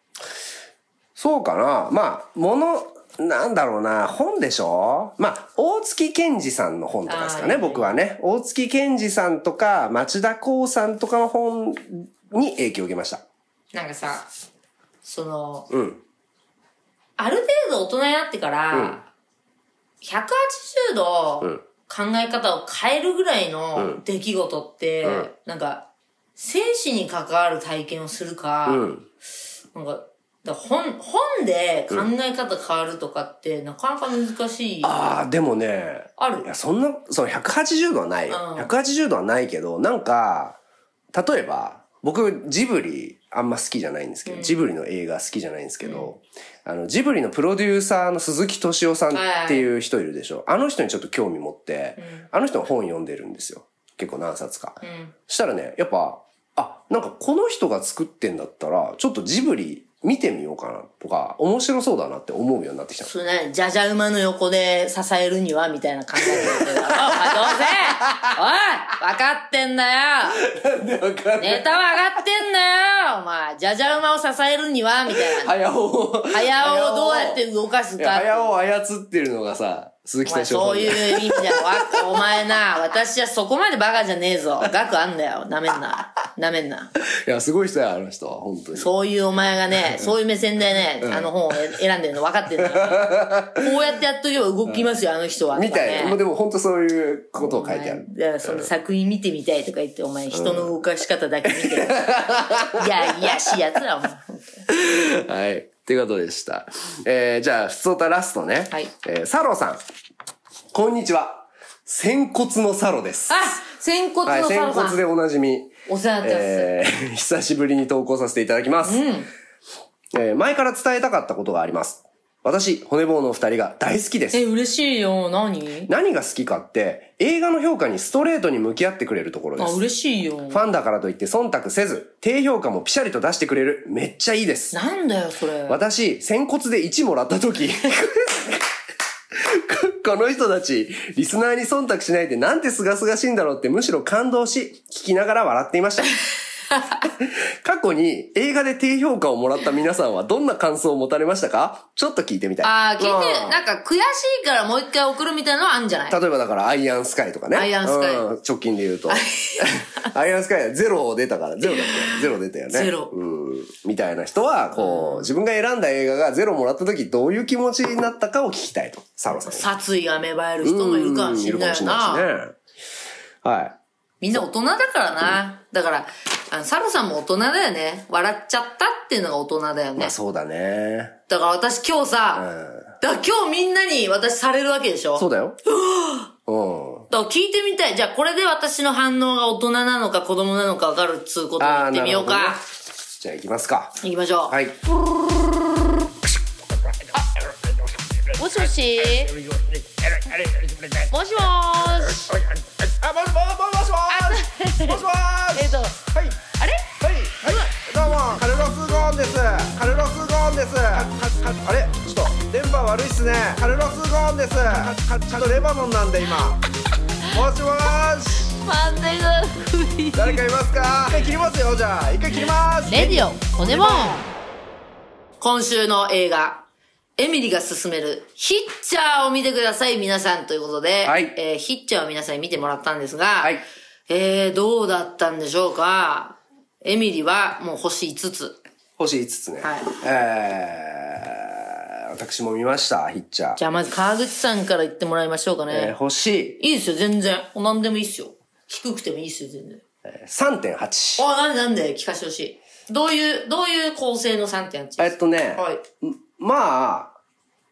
C: そうかなまあ、もの、なんだろうな、本でしょまあ、大月健二さんの本とかですかね、
B: あー
C: 僕はね。大月健二さんとか、町田光さんとかの本に影響を受けました。
B: なんかさ、その、
C: うん。
B: ある程度大人になってから、
C: うん
B: 180度
C: うん
B: 考え方を変えるぐらいの出来事って、
C: うん
B: なんか、生死に関わる体験をするか、
C: うん。
B: なんか、だから本、本で考え方変わるとかって、なかなか難しい。あ
C: ああ、でもね、い
B: る
C: や、そんな、その180度はないよ。
B: うん
C: 180度はないけど、なんか、例えば、僕、ジブリ、あんま好きじゃないんですけど、ジブリの映画好きじゃないんですけど、あの、ジブリのプロデューサーの鈴木敏夫さんっていう人いるでしょ。あの人にちょっと興味持って、あの人の本読んでるんですよ。結構何冊か。
B: うん。
C: したらね、やっぱ、あ、なんかこの人が作ってんだったら、ちょっとジブリ見てみようかなとか、面白そうだなって思うように なってきたの
B: それね、じゃじゃ馬の横で支えるには、みたいな考え で。おい、どうせおい分かってんだよ
C: わかんない
B: ネタは上がってんだよお前、じゃじゃ馬を支えるには、みたいな。
C: 早尾
B: 早尾をどうやって動かす
C: いや
B: かって。
C: 早尾を操ってるのがさ、鈴木
B: お前
C: 敏夫さ
B: そ
C: ん
B: う
C: だ
B: い
C: よ。
B: う意味だよ。 わお前な、私はそこまでバカじゃねえぞ。額あんだよ。なめんな。なめんな。
C: いや、すごい人や、あの人は、本当に。
B: そういうお前がね、そういう目線でね、あの本を選んでるの分かってん だよ。こうやってやっとけば動きますよ、あの人は。
C: みたいな。も
B: とか
C: う
B: ね
C: でも本当そういうことを書いてある。
B: お前いやその作品見てみたいとか言って、お前人の動かし方だけ 見てる。いや、いやしいやつら、お前。
C: はい。っていうことでした。えー、じゃあ、ふつおたラストね。
B: はい
C: えー、サロさん。こんにちは。仙骨のサロです。
B: あ仙骨
C: はい、
B: のサ
C: 仙
B: ロさ
C: 骨
B: ん。
C: でおなじみ。
B: お世話になってます。
C: えー、 久しぶりに投稿させていただきます。えー前から伝えたかったことがあります。私、骨棒のお二人が大好きです。
B: え、嬉しいよ。何
C: 何が好きかって、映画の評価にストレートに向き合ってくれるところで
B: あ、
C: す。
B: 嬉しいよ
C: フ。ァンだからといって忖度せず、低評価もピシャリと出してくれる。めっちゃいいです。
B: なんだよ、それ。
C: 私、仙骨で1もらった時 ここの人たち、リスナーに忖度しないでなんて清々しいんだろうってむしろ感動し、聞きながら笑って いました。過去に映画で低評価をもらった皆さんはどんな感想を持たれましたかちょっと聞いてみたい。
B: ああ、聞いて、
C: うん
B: なんか悔しいからもう一回送るみたいなのはあんじゃない
C: 例えばだから、アイアンスカイとかね。
B: アイアンスカイ
C: うん直近で言う と。アイアンスカイはゼロ出たから、ゼロだっ たよ。ゼロ出たよね。
B: ゼロ
C: うん。みたいな人は、こう、自分が選んだ映画がゼロもらった時、どういう気持ちになったかを聞きたいと。サロさん。
B: 殺意が芽生える人もいるかもしんないよな。
C: うんいるかもしれないですね。はい。
B: みんな大人だからな。だから、あの、サロさんも大人だよね。笑っちゃったっていうのが大人だよ
C: ま
B: ね
C: あ。そうだね。
B: だから私今日
C: う
B: さ、
C: ん。
B: だから今日みんなに私されるわけでしょ
C: そう だよ。うん。
B: だから聞いてみたい。じゃあこれで私の反応が大人なのか子供なのかわかるっつうことを
C: あ
B: 言
C: あ
B: ってみよう
C: なる
B: か
C: ほどね。じゃあ行きますか。
B: 行きましょう。
C: はい。
D: もしもしもしもーし
E: あ、もしももしもーしもしもーし
D: えっと
E: はい
D: あれ
E: はいはいどうもカルロス・ゴーンですカルロス・ゴーンですかかかあれちょっと電波悪いっすねカルロス・ゴーンですかかちょっとレバノンなんで今もしもーし
D: 漫才が古い
E: 誰かいますか一回切りますよじゃあ一回切ります
D: レディオ骨もん
B: 今週の映画、エミリが勧めるヒッチャーを見てください、皆さんということで、
C: はい
B: えーヒッチャーを皆さんに見てもらったんですが、
C: い
B: えー、どうだったんでしょうかエミリはもう星5つ。
C: 星5つね。
B: はい
C: えー、私も見ました、ヒッチャー。
B: じゃあまず川口さんから言ってもらいましょうか
C: えー
B: ね。
C: 星
B: いいですよ、全然。お何でもいいですよ。低くてもいいですよ、全然。
C: 3.8。
B: あ、なんでなんで聞かせてほしい。どういう、どういう構成の3.8?
C: えっとね、
B: はい。
C: まあ、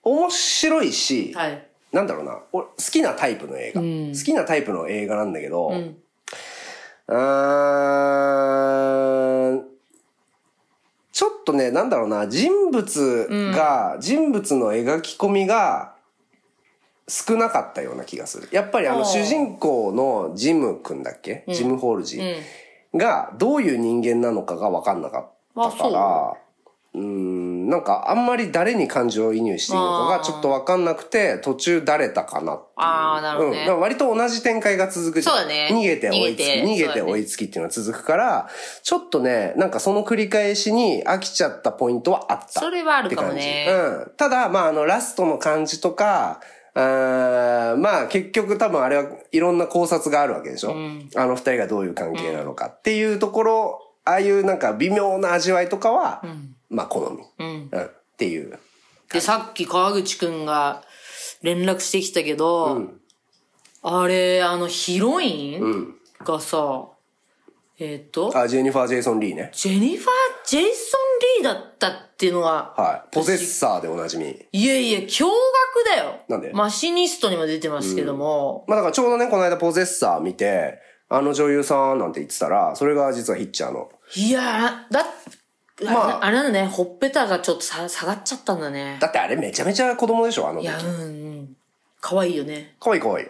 C: 面白いし、
B: はい。
C: なんだろうな、俺好きなタイプの映画、好きなタイプの映画なんだけど、うん、ーん、ちょっとね、なんだろうな、人物が、人物の描き込みが、少なかったような気がする。やっぱりあ
B: お
C: の
B: う
C: 主人公のジムくんだっけ、ジムホールジがどういう人間なのかが分かんなかったから、うーん、なんかあんまり誰に感情移入していいのかがちょっと分かんなくて、途中誰たかなって
B: ああ、なるほ
C: う
B: ど
C: ん、だ
B: ね。
C: から割と同じ展開が続くじゃん
B: そうだね
C: 逃げて追いつき、
B: 逃げ
C: 逃
B: て
C: げて追いつきっていうのが続くから、ちょっとね、なんかその繰り返しに飽きちゃったポイントはあった。
B: それはあるかも
C: っ
B: ね
C: て感じうん。ただ、まあ、あの、ラストの感じとか、うーんまあ結局多分あれはいろんな考察があるわけでしょ、あの二人がどういう関係なのかっていうところ、ああいうなんか微妙な味わいとかは、まあ好み、
B: うん。
C: うんっていう。
B: で、さっき川口くんが連絡してきたけど、
C: ん
B: あれ、あの、ヒロイ
C: う
B: ン
C: ん。
B: がさ、えっ、と、
C: あ、ジェニファー・ジェイソン・リーね。
B: ジェニファー・ジェイソン・リーだったっていうのは、
C: はい。ポゼッサーでおなじみ。
B: いやいや、驚愕だよ。
C: なんで
B: マシニストにも出てますけども、
C: まあだからちょうどね、この間ポゼッサー見て、あの女優さんなんて言ってたら、それが実はヒッチャーの。
B: いやー、だ、
C: ま
B: あ、
C: あ
B: あれなんだね、ほっぺたがちょっとさ下がっちゃったんだね。
C: だってあれめちゃめちゃ子供でしょ、あの
B: い
C: 時
B: や、。うん、うん。可愛いよね。
C: かわいいかわいい。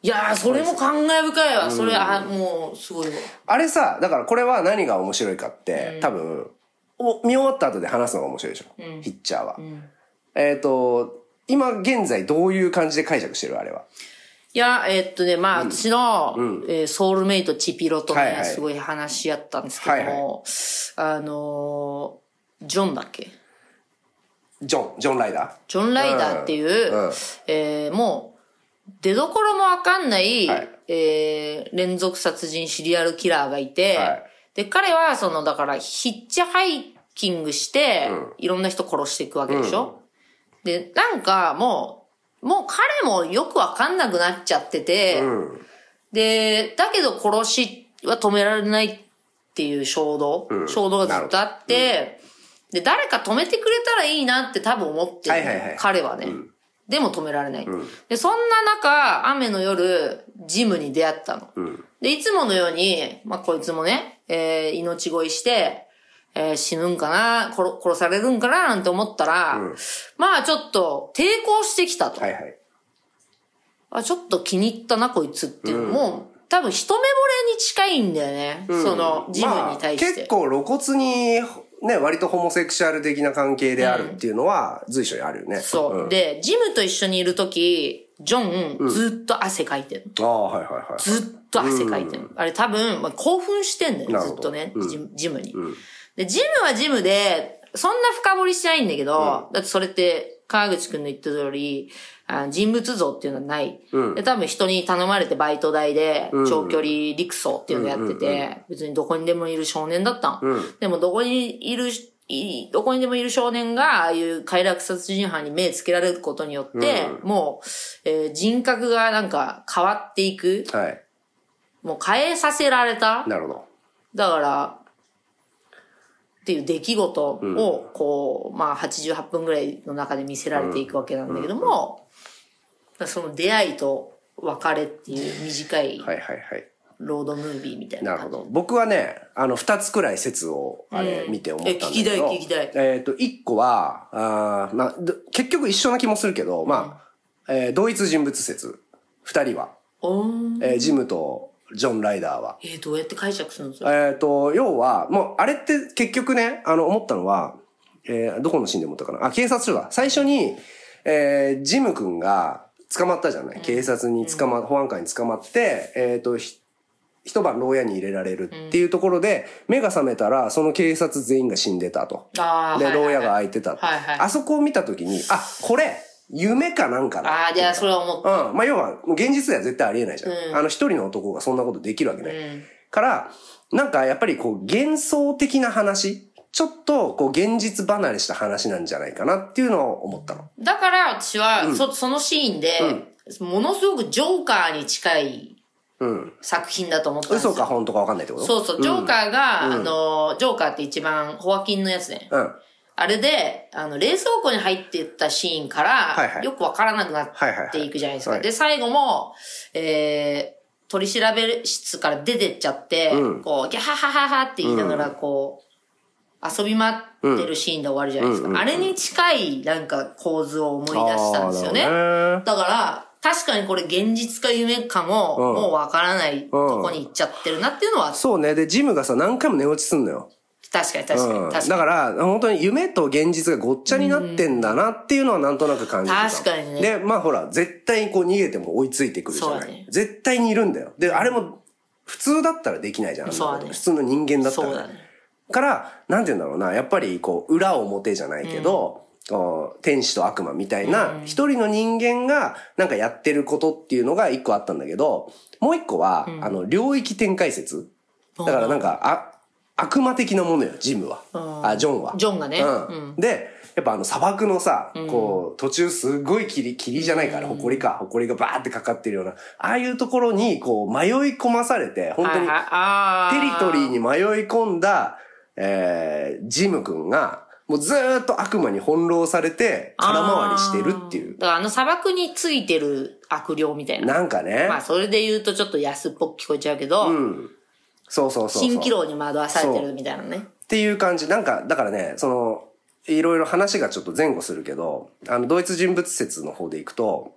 B: いやー、それも感慨深いわ。それ、あ、もう、すごいわ。
C: あれさ、だからこれは何が面白いかって、多分、お見終わった後で話すのが面白いでしょ、ヒッチャーは。えっ、と、今現在どういう感じで解釈してるあれは。
B: いや、えーっとね、まあ、私の、えーソウルメイトチピロとね、
C: はいはい
B: すごい話し合ったんですけども、あのージョンだっけ
C: ジョン、ジョンライダー。
B: ジョン・ライダーっていう、
C: うんうん
B: えーもう、出どころもわかんない、
C: はい
B: えー連続殺人シリアルキラーがいて、
C: はい
B: で、彼は、その、だから、ヒッチハイキングして、いろんな人殺していくわけでしょ、で、なんか、もう、もう彼もよくわかんなくなっちゃってて、
C: ん
B: で、だけど殺しは止められないっていう衝動、
C: ん
B: 衝動がずっとあって、で、誰か止めてくれたらいいなって多分思ってる、
C: はいはいはい
B: 彼はね、でも止められない、で、そんな中、雨の夜、ジムに出会ったの。で、いつものように、まあ、こいつもね、えー命乞いして、えー死ぬんかな殺、殺されるんかななんて思ったら、まあちょっと抵抗してきたと。
C: はいはい。
B: あ、ちょっと気に入ったな、こいつっていう、もう、多分一目惚れに近いんだよね。その、ジムに対
C: まあ
B: して。
C: 結構露骨に、ね、割とホモセクシャル的な関係であるっていうのは随所にあるよね。
B: そう、
C: ん
B: で、ジムと一緒にいるとき、ジョン、ずっと汗かいてる。
C: ああ、はいはいはい。
B: ずっと汗かいてる。あれ多分、まあ、興奮してんだよ
C: な
B: ね、
C: る
B: ず
C: ほ
B: っ
C: ど
B: とね、ジムジムに、で、ジムはジムで、そんな深掘りしないんだけど、だってそれって、川口くんの言った通り、あ人物像っていうのはない、で、多分人に頼まれてバイト代で、長距離陸走っていうのやってて、別にどこにでもいる少年だったの。でもどこにいる、いどこにでもいる少年が、ああいう快楽殺人犯に目つけられることによって、もう、えー人格がなんか変わっていく。
C: はい。
B: もう変えさせられた。
C: なるほど。
B: だから、っていう出来事を、こう、まあ、88分ぐらいの中で見せられていくわけなんだけども、だからその出会いと別れっていう短い
C: はいはいはい。
B: ロードムービーみたいな
C: なるほ
B: 感じ。
C: ど。僕はね、あの、二つくらい説を、あれ、見て思ったんだけ
B: え
C: ど。
B: 聞きたい聞きたい
C: えっ、と、一個は、あーまあ、ど結局一緒な気もするけど、まあ、えー同一人物説。二人は。
B: おー
C: えージムとジョン・ライダーは。
B: えーどうやって解釈するのそれ。
C: えっ、と、要は、もう、あれって結局ね、あの、思ったのは、えーどこのシーンで思ったかな。あ、警察署だ。最初に、えージム君が捕まったじゃない。警察に捕ま、保安官に捕まって、えっ、と、ひ一晩牢屋に入れられるっていうところで、目が覚めたら、その警察全員が死んでたと。
B: あー
C: で、
B: はいはい
C: 牢
B: はい
C: 屋が開いてたって、
B: はいはい
C: あそこを見たときに、あ、これ、夢かなんかだ。
B: ああ、じゃあ、それは思った。
C: うん。まあ、要は、現実では絶対ありえないじゃん。
B: うん
C: あの、一人の男がそんなことできるわけない。
B: うん
C: から、なんかやっぱりこう幻想的な話、ちょっとこう現実離れした話なんじゃないかなっていうのを思ったの。
B: だから、私は、そ、そのシーンで、ものすごくジョーカーに近い
C: うん。
B: 作品だと思ったんですよ
C: 嘘か本当かわかんないってこと
B: そうそう、ジョーカーが、あの、ジョーカーって一番、ホアキンのやつね。
C: うん。
B: あれで、あの、冷蔵庫に入ってったシーンから、
C: いはい
B: よくわからなくなっていくじゃないですか。
C: はいはいは
B: で、
C: い
B: 最後も、えー、取り調べ室から出てっちゃって、
C: うん
B: こう、ギャハハハハって言いながら、こう、遊び回ってるシーンで終わるじゃないですか。あれに近いなんか構図を思い出したんですよね。
C: あーなるほ
B: だから、確かにこれ現実か夢かも、
C: うん
B: もうわからないとこに行っちゃってるなっていうのは、
C: そうね。で、ジムがさ、何回も寝落ちすんのよ。
B: 確かに確か
C: うん
B: に確
C: だ
B: か
C: から、本当に夢と現実がごっちゃになってんだなっていうのはなんとなく感じてた
B: 確かにね
C: で、まあほら、絶対にこう逃げても追いついてくるじゃ
B: そ
C: な
B: うだ
C: い
B: ね。
C: 絶対にいるんだよ。で、あれも、普通だったらできないじゃん。
B: そうだね
C: 普通の人間だ
B: に。
C: った
B: そう
C: ら
B: だ。ね。
C: から、なんて言うんだろうな、やっぱりこう、裏表じゃないけど、こう天使と悪魔みたいな、一人の人間がなんかやってることっていうのが一個あったんだけど、もう一個は、あの、領域展開説。だからなんか、あ、悪魔的なものよ、ジムは。あ、ジョンは。
B: ジョンがね
C: うん
B: うん
C: で、やっぱあの砂漠のさ、こう、途中すごい霧、霧じゃないから、埃か、埃がバーってかかってるような、ああいうところにこう迷い込まされて、本当に
B: はいはいあ
C: テリトリー
B: に。
C: に迷い込んだ、えー、ジム君が、もうずーっと悪魔に翻弄されて、空回りしてるっていう
B: あー。だからあの砂漠についてる悪霊みたいな。
C: なんかね、
B: まあそれで言うとちょっと安っぽく聞こえちゃうけど、
C: うん。そうそうそうそう。
B: 蜃気楼に惑わされてるみたいなね。
C: っていう感じ。なんか、だからね、その、いろいろ話がちょっと前後するけど、あの、ドイツ人物説の方でいくと、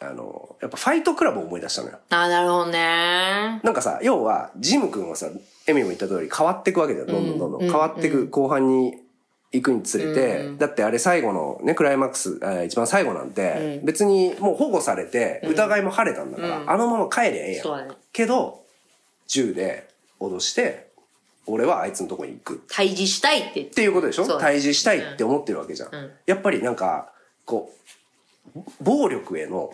C: あの、やっぱファイトクラブを思い出したのよ。
B: ああ、なるほどね。
C: なんかさ、要は、ジム君はさ、エミも言った通り変わっていくわけだよ。どんどんどんどん。変わっていく、後半に行くにつれて、だってあれ最後のね、クライマックス、えー一番最後なんて、別にもう保護されて、疑いも晴れたんだから、あのまま帰りゃええや
B: そうだね
C: ん。けど、銃で脅して、俺はあいつのとこに行く。
B: 退治したいって言っ。
C: ってていうことでしょ
B: そう
C: 退治したいって思ってるわけじゃん。やっぱりなんか、こう、暴力への、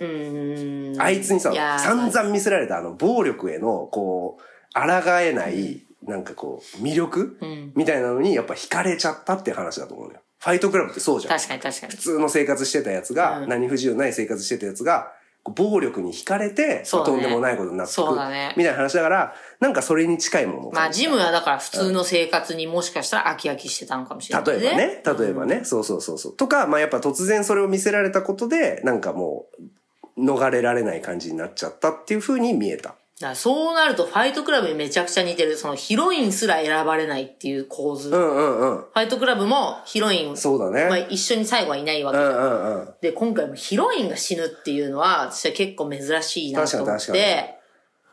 C: あいつにさ
B: いや、ー
C: 散々見せられたあの暴力への、こう、抗えない、なんかこう、魅力、みたいなのにやっぱ惹かれちゃったっていう話だと思うのよ。ファイトクラブってそうじゃん。
B: 確かに確かに
C: 普。通の生活してたやつが、何不自由ない生活してたやつが、こう暴力に惹かれて、
B: そうだ
C: と
B: ね
C: んでもないことになってく
B: そうだね
C: みたいな話だから、なんかそれに近いものを
B: まあ
C: 感じ
B: ジ
C: た
B: ムはだから普通の生活にもしかしたら飽き飽きしてたのかもしれない、
C: 例えばね。、例えばね、そうそうそうそう。とか、まあやっぱ突然それを見せられたことで、なんかもう、逃れられない感じになっちゃったっていう風に見えた。
B: だからそうなるとファイトクラブにめちゃくちゃ似てる、そのヒロインすら選ばれないっていう構図。
C: う
B: フ
C: んうんうん。
B: ァイトクラブもヒロイン、
C: そうだね
B: まあ一緒に最後はいないわけ
C: う
B: じゃん
C: んうんうん。
B: で、今回もヒロインが死ぬっていうのは、私は結構珍しいなと思っ
C: 確かに確
B: て、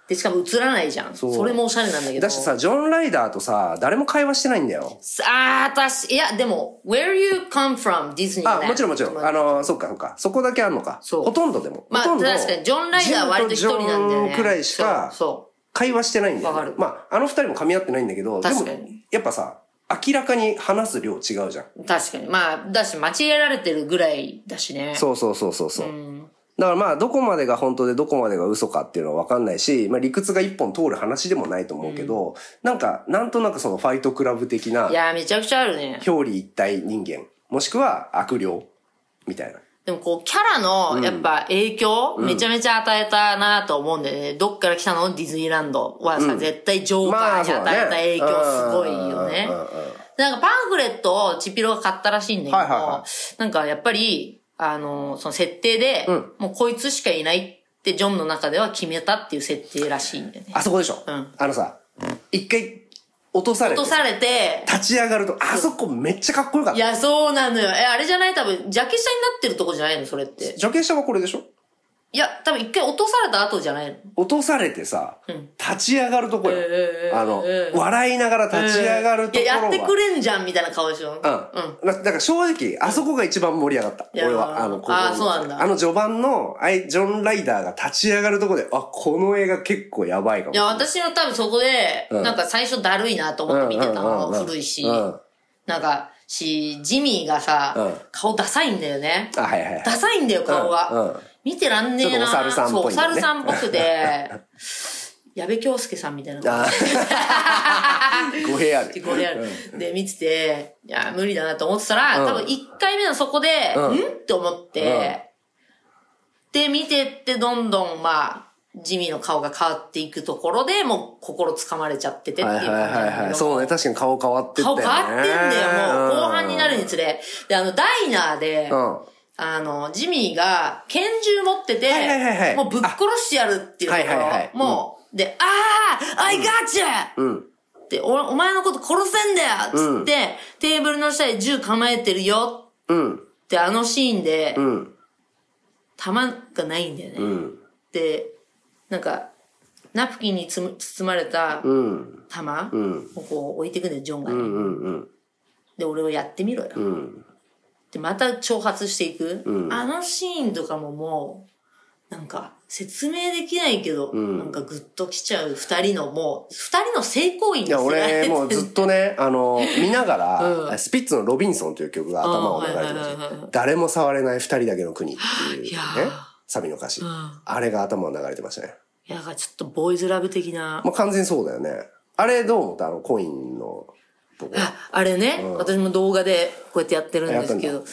B: で、しかも映らないじゃん。
C: そ
B: そうれもおしゃれなんだけど。
C: だしさ、ジョン・ライダーとさ、誰も会話してないんだよ。
B: あー、私、いや、でも、where you come from ディズニー
C: あ、もちろんもちろん。あの、そっかそっか。そこだけあんのか。
B: そう
C: ほとんどでも。
B: まあ、
C: ほとんど
B: 確かに、ジョン・ライダーは割と一人なんだよ
C: ジムとジョ
B: ね。
C: ンくらいしか
B: そう。
C: 会話してないんだよ、ね。
B: わかる
C: まあ、あの二人も噛み合ってないんだけど、でも
B: 確かに、
C: やっぱさ、明らかに話す量違うじゃん。
B: そう確かに。まあ、だし、間違えられてるぐらいだしね。、
C: そうそうそうそうそう。だからまあ、どこまでが本当でどこまでが嘘かっていうのは分かんないし、まあ理屈が一本通る話でもないと思うけど、なんか、なんとなくそのファイトクラブ的ない
B: やー、めちゃくちゃあるね。
C: 表裏一体人間、もしくは悪霊、みたいな。
B: でもこう、キャラの、やっぱ影響、めちゃめちゃ与えたなと思うんでね、どっから来たのディズニーランドはさ、絶対ジョーカーに与えた影響すごいよね
C: うんうんうんうん。
B: なんかパンフレットをチピロが買ったらしいんだけど、
C: はいはいは
B: なんかやっぱり、あの、その設定で、
C: ん
B: もうこいつしかいないってジョンの中では決めたっていう設定らしいんだよね。
C: あそこでしょ、
B: うん
C: あのさ、一回落とされ
B: 落
C: て
B: と、されて、
C: 立ち上がると、あそこめっちゃかっこよかっ
B: い
C: た。
B: や、そうなのよ。え、あれじゃない多分、ジャケ下になってるとこじゃないのそれって。
C: ジャケシャはこれでしょ
B: いや、多分一回落とされた後じゃないの
C: 落とされてさ、立ち上がるとこよ。
B: えー
C: あの、
B: えー
C: 笑いながら立ち上がるところは、
B: いや、やってくれんじゃんみたいな顔でしょ。うん。
C: うん。だだから正直、あそこが一番盛り上がった。
B: いやー
C: 俺は。あの、こ
B: あーそうなんだ
C: あの序盤の、あい、ジョン・ライダーが立ち上がるとこで、あ、この映画結構やばいかも。
B: いや、私も多分そこで、なんか最初だるいなと思って見てた
C: う
B: の。
C: んうんうんうん
B: 古いし。
C: うん
B: なんか、し、ジミーがさ、
C: うん
B: 顔ダサいんだよね。
C: あ、はいはいはい。
B: ダサいんだよ、顔が。
C: うんうん
B: 見てらんねえな。
C: ちょっとお猿さんっぽいんだよね
B: そう、お猿さんっぽくて、 矢部京介さんみたいな顔
C: あー語弊あ
B: って
C: る。
B: これやる。で、見てて、いや、無理だなと思ってたら、
C: うん
B: 多分1回目のそこで、
C: うん
B: んって思って、で、見てって、どんどん、まあ、ジミーの顔が変わっていくところで、もう心掴まれちゃっててっていう
C: はい
B: 感
C: は
B: じ
C: い
B: なんだけど。
C: はいはい。そうね、確かに顔変わってった
B: 顔
C: よね。
B: 変わってんだよ、もう。後半になるにつれ。で、あの、ダイナーで、
C: うん。
B: あの、ジミーが拳銃持ってて、
C: はいはいはいはい
B: もうぶっ殺してやるっていうところ。
C: あはいはいはい
B: もう、で、ああ !I got you!、
C: うん。
B: って、おお前のこと殺せんだよっつって、テーブルの下で銃構えてるよ
C: うん。
B: ってあのシーンで、
C: うん。
B: 弾がないんだよね。
C: うん。
B: で、なんか、ナプキンにつむ包まれた
C: うん。
B: 弾
C: ん
B: をこう置いていくんだよ、ジョンがね。
C: うん。うん。
B: で、俺をやってみろよ。
C: うん。
B: で、また挑発していく。
C: うん
B: あのシーンとかももう、なんか、説明できないけど、
C: ん
B: なんかグッときちゃう二人のもう、二人の性行為に
C: いや、
B: せられ
C: 俺、
B: て
C: もうずっとね、あの、見ながら、
B: うん
C: スピッツのロビンソンという曲が頭を流れてま
B: あーはい
C: し
B: はいはい
C: た
B: はい。
C: 誰も触れない二人だけの国っていう
B: い
C: ね
B: やー、
C: サビの歌詞
B: うん。
C: あれが頭を流れてましたね。
B: いや、なんかちょっとボーイズラブ的な。
C: まあ、完全にそうだよね。あれどう思ったあの、コインのとこ。
B: ああれね、私も動画でこうやってやってるんですけ
C: や
B: ど。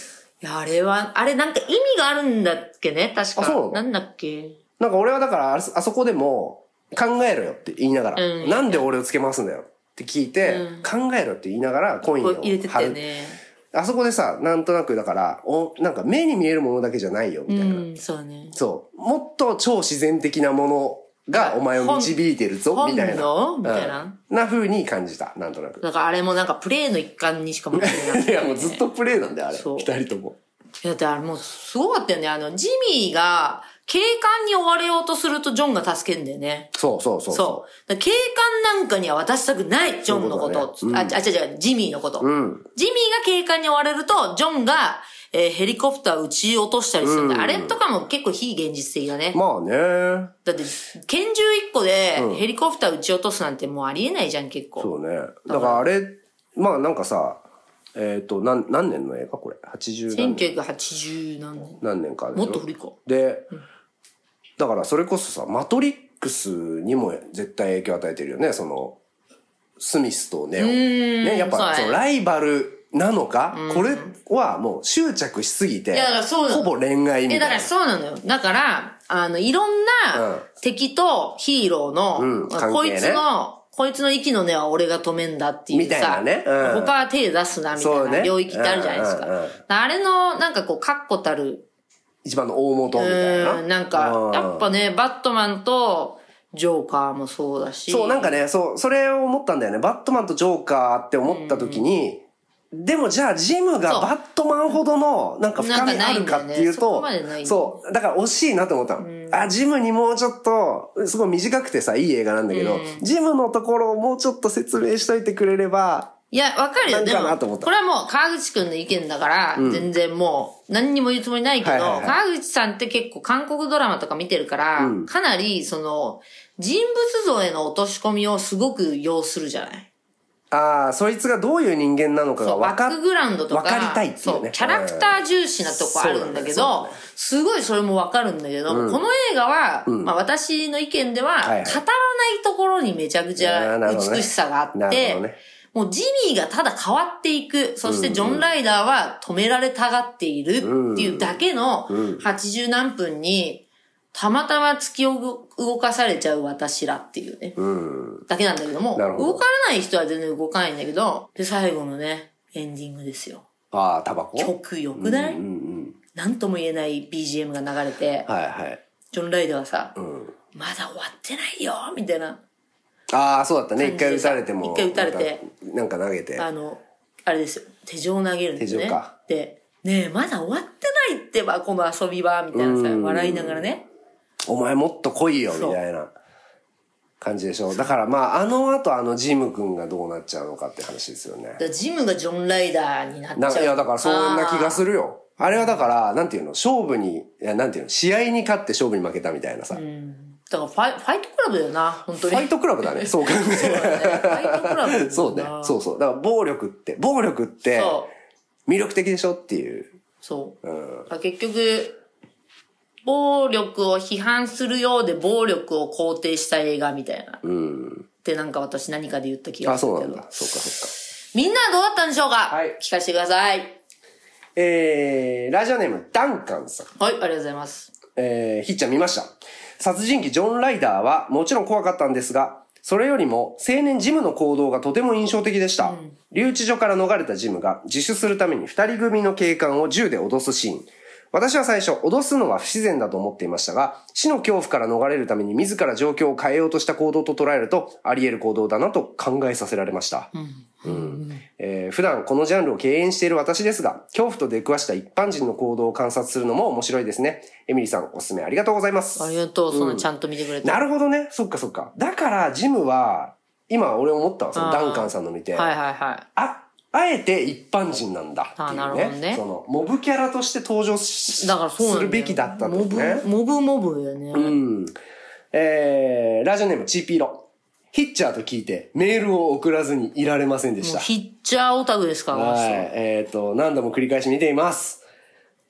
B: いや、あれは、あれなんか意味があるんだっけね、確
C: あそうな
B: か
C: の。
B: なんだっけ。
C: なんか俺はだからあそ、あそこでも、考えろよって言いながら、
B: うん
C: なんで俺をつけ回すんだよって聞いて、考えろって言いながらコイン
B: こ
C: を
B: う入れてった
C: 貼
B: よ
C: る。
B: ね。
C: あそこでさ、なんとなくだから、お、なんか目に見えるものだけじゃないよ、
B: う
C: みたいな。
B: ん、そうね。
C: そう。もっと超自然的なものがお前を導いてるぞ、
B: 本
C: みたいな。
B: 本能みたい
C: うん
B: な。
C: な風に感じた、なんとなく。
B: だからあれもなんかプレイの一環にしかもってない。
C: いや、もうずっとプレイなんだよ、あれ。
B: そう
C: 二人とも。
B: だってあれもうすごかったよね。あの、ジミーが警官に追われようとするとジョンが助けんだよね。
C: そうそうそう。
B: そう。だから警官なんかには渡したくない、ジョンのこと。
C: そういうことだね
B: あ、あ違う違う、ジミーのこと。
C: うん。
B: ジミーが警官に追われると、ジョンが、えーヘリコプター撃ち落としたりするんだ。
C: うん
B: あれとかも結構非現実的だね。
C: まあね。
B: だって、拳銃一個でヘリコプター撃ち落とすなんてもうありえないじゃん、結構。
C: そうね。だからあれ、まあなんかさ、えっ、と、なん、何年の映画これ ?80 何年
B: 1980何年
C: 何年かでしょ
B: もっと古いか。
C: で、だからそれこそさ、マトリックスにも絶対影響を与えてるよね、その、スミスとネオ。
B: ん
C: ね、やっ
B: そう
C: ぱ
B: ね
C: そのライバルなのか、これはもう執着しすぎて
B: いやだからそう、なの
C: ほぼ恋愛みた
B: え、だ
C: いな。
B: からそうなのよ。だから、あの、いろん
C: う
B: なん敵とヒーローの、
C: うん関係ね
B: こいつの、こいつの息の根は俺が止めんだっていうさ、
C: みたいなねうん
B: 他は手出すなみた
C: そ
B: いうな
C: ね
B: 領域ってあるじゃないですか。
C: うんうんうん
B: あれの、なんかこう、確固たる、
C: 一番の大元みたいな。
B: うん、なんか
C: う、ん
B: やっぱね、バットマンとジョーカーもそうだし。
C: そう、なんかね、そう、それを思ったんだよね。バットマンとジョーカーって思った時に、でもじゃあジム
B: そ
C: が
B: う
C: バットマンほどのなんか深みあるかっていう
B: なん
C: と
B: かないんだよね、そ
C: そう、だから惜しいなと思ったの。あ、ジムにもうちょっと、すごい短くてさ、いい映画なんだけど、ジムのところをもうちょっと説明しといてくれれば、
B: いや、わかるよ。
C: なん
B: で
C: か
B: も、
C: なと思った
B: これはもう川口くんの意見だから、全然もう、何にも言うつもりないけど、
C: はいはいはい
B: 川口さんって結構韓国ドラマとか見てるから、
C: うん
B: かなり、その、人物像への落とし込みをすごく要するじゃない
C: ああ、そいつがどういう人間なのか
B: そ
C: が
B: う、
C: 分
B: バッ
C: かっ
B: クグラウンドとか、
C: 分かりたいっていうね
B: そう、キャラクター重視なとこあるんだけ
C: そうだ
B: ど、
C: ねそうだね
B: すごいそれもわかるんだけど、この映画は、まあ私の意見では、
C: はいはい
B: 語らないところにめちゃくち
C: あ
B: ゃ
C: ーなるほどね
B: 美しさがあって、
C: なるほどね
B: もうジミーがただ変わっていく、そしてジョン・ライダーは止められたがっているっていうだけの80何分に、たまたま突き動かされちゃう私らっていうね、だけなんだけども、
C: なるほど
B: 動かない人は全然動かないんだけど、で、最後のね、エンディングですよ。
C: ああ、タバコ
B: 曲よくない、なんとも言えない BGM が流れて、
C: はいはい。
B: ジョン・ライダーはさ、まだ終わってないよみたいな、
C: ああ、そうだったね。
B: 感じで
C: 一回打たれても。
B: 一回打たれて
C: なんか。なんか投げて。
B: あの、あれですよ。手錠を投げるんですよ
C: 手
B: ね
C: 錠か。
B: で、ねえ、まだ終わってないってば、この遊びは、みたいなさ、笑いながらね。
C: お前もっと来いよ
B: そう
C: みたいな感じでしょだからまああの後あのジム君がどうなっちゃうのかって話ですよね
B: だからジムがジョン・ライダーになっち
C: な
B: ゃう。
C: いやだからそんな気がす
B: る。
C: るよあれはだからなんていうの勝負にいやなんていうの試合に勝って勝負に負けたみたいなさ、
B: だからファイ、ファイトクラブだよな、本当
C: フ
B: に。
C: ァイトクラブだねそう考
B: そうだねファイトクラブだよ
C: え
B: な。
C: そうねそうそうだから暴力って暴力って
B: そう。
C: 魅力的でしょっていう
B: そう。だから結局、暴力を批判するようで暴力を肯定した映画みたいな。ってなんか私何かで言った気が
C: あ
B: する
C: そう
B: け
C: なん
B: ど。
C: だそうかそうか
B: みんなはどうだったんでしょうか、
C: はい
B: 聞かせてください。
C: えー、ラジオネームダンカンさん
B: はい、ありがとうございます。
C: えー、ひっちゃん見ました。殺人鬼ジョン・ライダーはもちろん怖かったんですが、それよりも青年ジムの行動がとても印象的でした。留置所から逃れたジムが自首するために二人組の警官を銃で脅すシーン。私は最初、脅すのは不自然だと思っていましたが、死の恐怖から逃れるために自ら状況を変えようとした行動と捉えると、あり得る行動だなと考えさせられました。えー普段このジャンルを敬遠している私ですが、恐怖と出くわした一般人の行動を観察するのも面白いですね。エミリーさん、おすすめありがとうございます。
B: ありがとう、そのちゃんと見てくれて。
C: なるほどね。そっかそっか。だから、ジムは、今俺思ったわ、その
B: あー
C: ダンカンさんの見て。
B: はいはいはい。
C: あ、あえて一般人なんだっていう、
B: あ
C: ね。
B: なるほどね
C: その、モブキャラとして登場し
B: だからそうなんだよ
C: するべきだったんですね。
B: モブ、モブモブだよね。
C: うん。えー、ラジオネームチーピーロ。ヒッチャーと聞いて、メールを送らずにいられませんでし
B: もう
C: た。
B: ヒッチャーオタクですから、
C: はい
B: 私は。
C: えっ、と、何度も繰り返し見ています。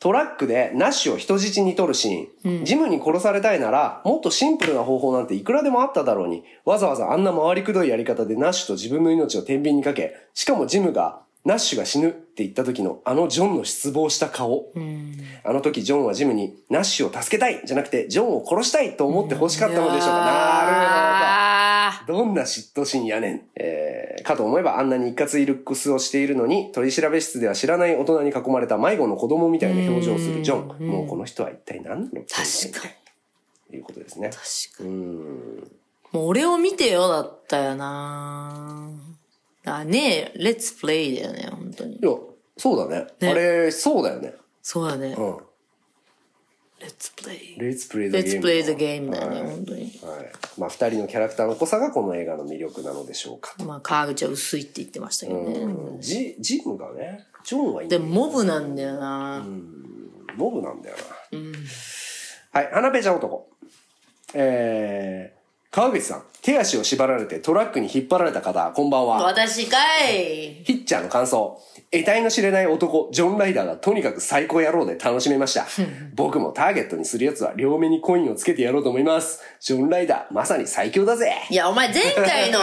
C: トラックでナッシュを人質に取るシーン。ジムに殺されたいなら、もっとシンプルな方法なんていくらでもあっただろうに、わざわざあんな回りくどいやり方でナッシュと自分の命を天秤にかけ、しかもジムが、ナッシュが死ぬって言った時のあのジョンの失望した顔。あの時ジョンはジムに、ナッシュを助けたいじゃなくて、ジョンを殺したいと思って欲しかったのでしょうか。なるほど。
B: あ
C: どんな嫉妬心やねん。えー、かと思えばあんなに一括イルックスをしているのに、取り調べ室では知らない大人に囲まれた迷子の子供みたいな表情をするジョン。もうこの人は一体何なの
B: ー確かに。
C: ということですね。
B: 確か
C: う
B: に。
C: ん。
B: もう俺を見てよだったよなあ、ねえ、レッツプレイだよね、本当に
C: い。や、そうだね。
B: ね
C: あれ、そうだよね。
B: そうだね
C: う。ん。
B: レッツプレイ。
C: レッツプレイ
B: Let's
C: ザゲー
B: play the game
C: ム。
B: だよね、
C: はい
B: 本当に。
C: はい。まあ、二人のキャラクターの濃さがこの映画の魅力なのでしょうかと。
B: まあ、川口は薄いって言ってましたけど
C: うん
B: ね。
C: ジジムがね、ジョンはいいんだ
B: で
C: よ
B: も、モブなんだよな
C: モブなんだよな。はい、花ペちゃん男。えー、川口さん、手足を縛られてトラックに引っ張られた方、こんばんは。
B: 私かい
C: ヒッチャーの感想。得体の知れない男、ジョン・ライダーがとにかく最高野郎で楽しめま した。僕もターゲットにする奴は両目にコインをつけてやろうと思います。ジョン・ライダー、まさに最強だぜ。
B: いや、お前前回 の、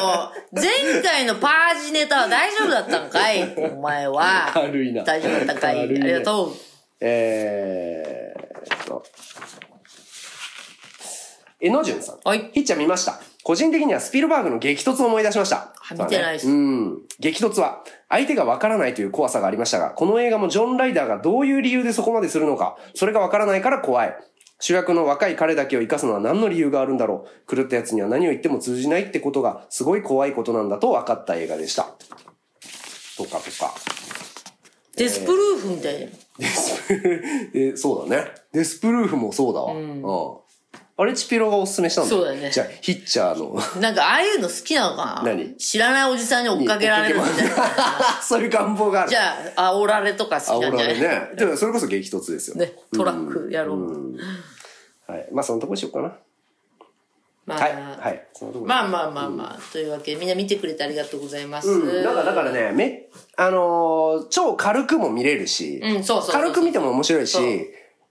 B: 前回のパージネタは大丈夫だったんかいお前は。
C: 軽いな
B: 大丈夫だったんかい。あ
C: 軽いね
B: りがとう。
C: えーっと。えのじゅんさん。
B: はい
C: ひっちゃん見ました。個人的にはスピルバーグの激突を思い出しました。
B: あ見てないです
C: そうだねうん。激突は、相手がわからないという怖さがありましたが、この映画もジョン・ライダーがどういう理由でそこまでするのか、それがわからないから怖い。主役の若い彼だけを生かすのは何の理由があるんだろう。狂った奴には何を言っても通じないってことが、すごい怖いことなんだと分かった映画でした。とかとか。
B: デスプルーフみたいな。
C: デスプル ーフ、そうだね。デスプルーフもそうだわ。うん。あれ、チピロがおすすめしたんだよ
B: そうだね
C: じゃあ、ヒッチャーの。
B: なんか、ああいうの好きなのかな
C: 何
B: 知らないおじさんに追っかけられるみたいな。
C: そういう願望がある。
B: じゃあ、煽られとか好
C: 煽
B: きなんじゃな
C: られ
B: い
C: ね。でもそれこそ激突ですよ。
B: ね、トラックやろう。
C: はい。まあ、そのとこにしようかな。
B: ま
C: はい。
B: あ、
C: はい。そのとこに
B: まあまあまあまあ、というわけで、みんな見てくれてありがとうございます。
C: うん、だから、だからね、め、あのー超軽くも見れるし、
B: うんそうそうそうそう
C: 軽く見ても面白いし
B: そう、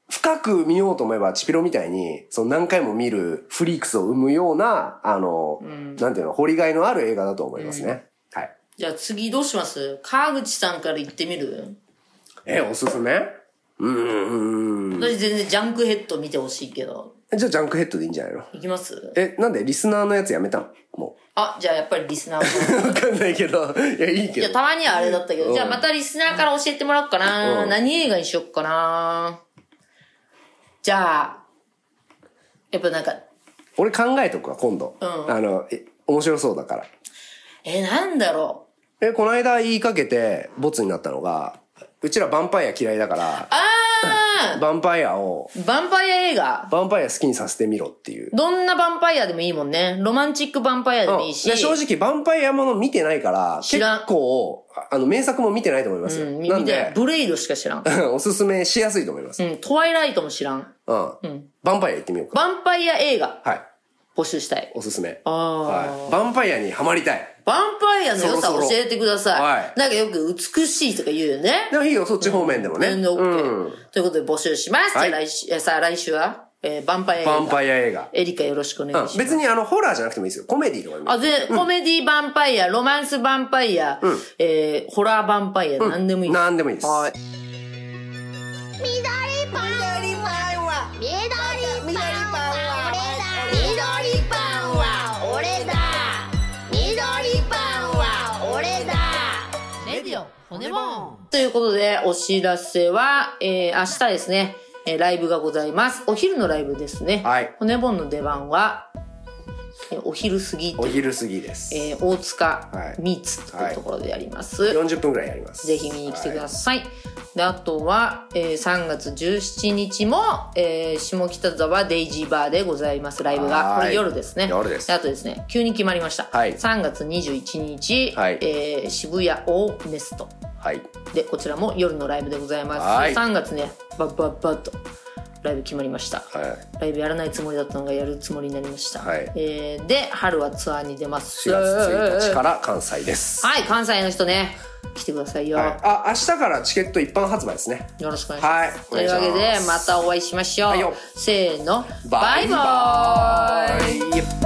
C: 深く見ようと思えば、チピロみたいに、その何回も見るフリークスを生むような、あのーなんていうの、掘りがいのある映画だと思いますね。はい。
B: じゃあ次どうします川口さんから言ってみる
C: え、おすすめうーん。
B: 私全然ジャンクヘッド見てほしいけど。
C: じゃあ、ジャンクヘッドでいいんじゃないの
B: いきます
C: え、なんでリスナーのやつやめたのも
B: あ、じゃあやっぱりリスナ
C: う。
B: ーも。
C: わかん ないけど。いや、いいけ
B: いや、
C: ど。
B: たまにはあれだったけど、じゃあまたリスナーから教えてもらおうかな。
C: うん
B: 何映画にしよっかな。じゃあ、やっぱなんか、
C: 俺考えとくわ、今度。
B: うん
C: あの、え面白そうだから。
B: え、なんだろう。
C: え、この間言いかけて、ボツになったのが、うちらヴァンパイア嫌いだから、
B: あ
C: ヴァンパイアを、
B: ーヴァンパイア映画。
C: ヴァンパイア好きにさせてみろっていう。
B: どんなヴァンパイアでもいいもんね。ロマンチックヴァンパイアでもいいし。
C: うんで正直、ヴァンパイアもの見てないから、
B: 知
C: 結
B: らん
C: 構、ああの、名作も見てないと思いますよ。
B: うん、み
C: なん
B: みたいな
C: で、
B: ブレイドしか知らん。う
C: おすすめしやすいと思います。
B: ん、トワイライトも知らん。
C: うん。ヴァンパイア行ってみよう
B: ヴ
C: か。
B: ァンパイア映画、
C: はい。
B: 募集したい。
C: おすすめ。
B: ああ、
C: はい。ヴァンパイアにはまりたい。
B: ヴァンパイアの良さ
C: そろそろ
B: 教えてください。
C: はい
B: なんかよく美しいとか言うよね。
C: でもいいよ、そっち方面でもね。
B: 全然 OK、
C: うん。
B: ということで募集します。
C: はい
B: じゃあ来週、えさあ来週は、えー、ヴァンパイア映
C: ヴァン
B: 画。
C: パイア映画。
B: エリカよろしくお願いし
C: うん
B: ます。
C: 別にあの、ホラーじゃなくてもいいですよ。コメディーとかでもいい
B: あ、で、コメディヴァンパイア、ロマンスヴァンパイア、えー、ホラーヴァンパイア、何でもいいです。
C: 何でもいいです。
B: はい。
F: 緑パンは緑パンは緑パンは俺だ緑パンは俺だ
B: ということで、お知らせは、えー、明日ですね、えーライブがございます。お昼のライブですね。
C: はい
B: 骨盆の出番は、えーお昼過ぎ
C: お
B: と、
C: 昼過ぎです。
B: えー大塚
C: はい
B: ミーツというところでやります。
C: 40分ぐらいやります。
B: ぜひ見に来てくだ
C: さ
B: さい。であとは、えー3月17日も、えー下北沢デイジーバーでございます、ライブが。
C: はい
B: これ夜ですね。
C: 夜です
B: あとですね、急に決まりました。
C: はい
B: 3月21日、
C: はい
B: えー渋谷オーネスト。
C: はい。はい。
B: で、こちらも夜のライブでございます。
C: はい
B: 3月ね、バッバッバッとライブ決まりました。
C: はい。
B: ライブやらないつもりだったのがやるつもりになりました。
C: はい
B: えーで、春はツアーに出ます。
C: 4月1日から関西です。
B: はい、関西の人ね、来てくださいよ。
C: はい。あ、明日からチケット一般発売ですね。
B: よろしくお願いします。
C: はいお願いします
B: というわけで、またお会いしましょう。
C: はいよ
B: せーの、バイバーイ
C: バイバーイ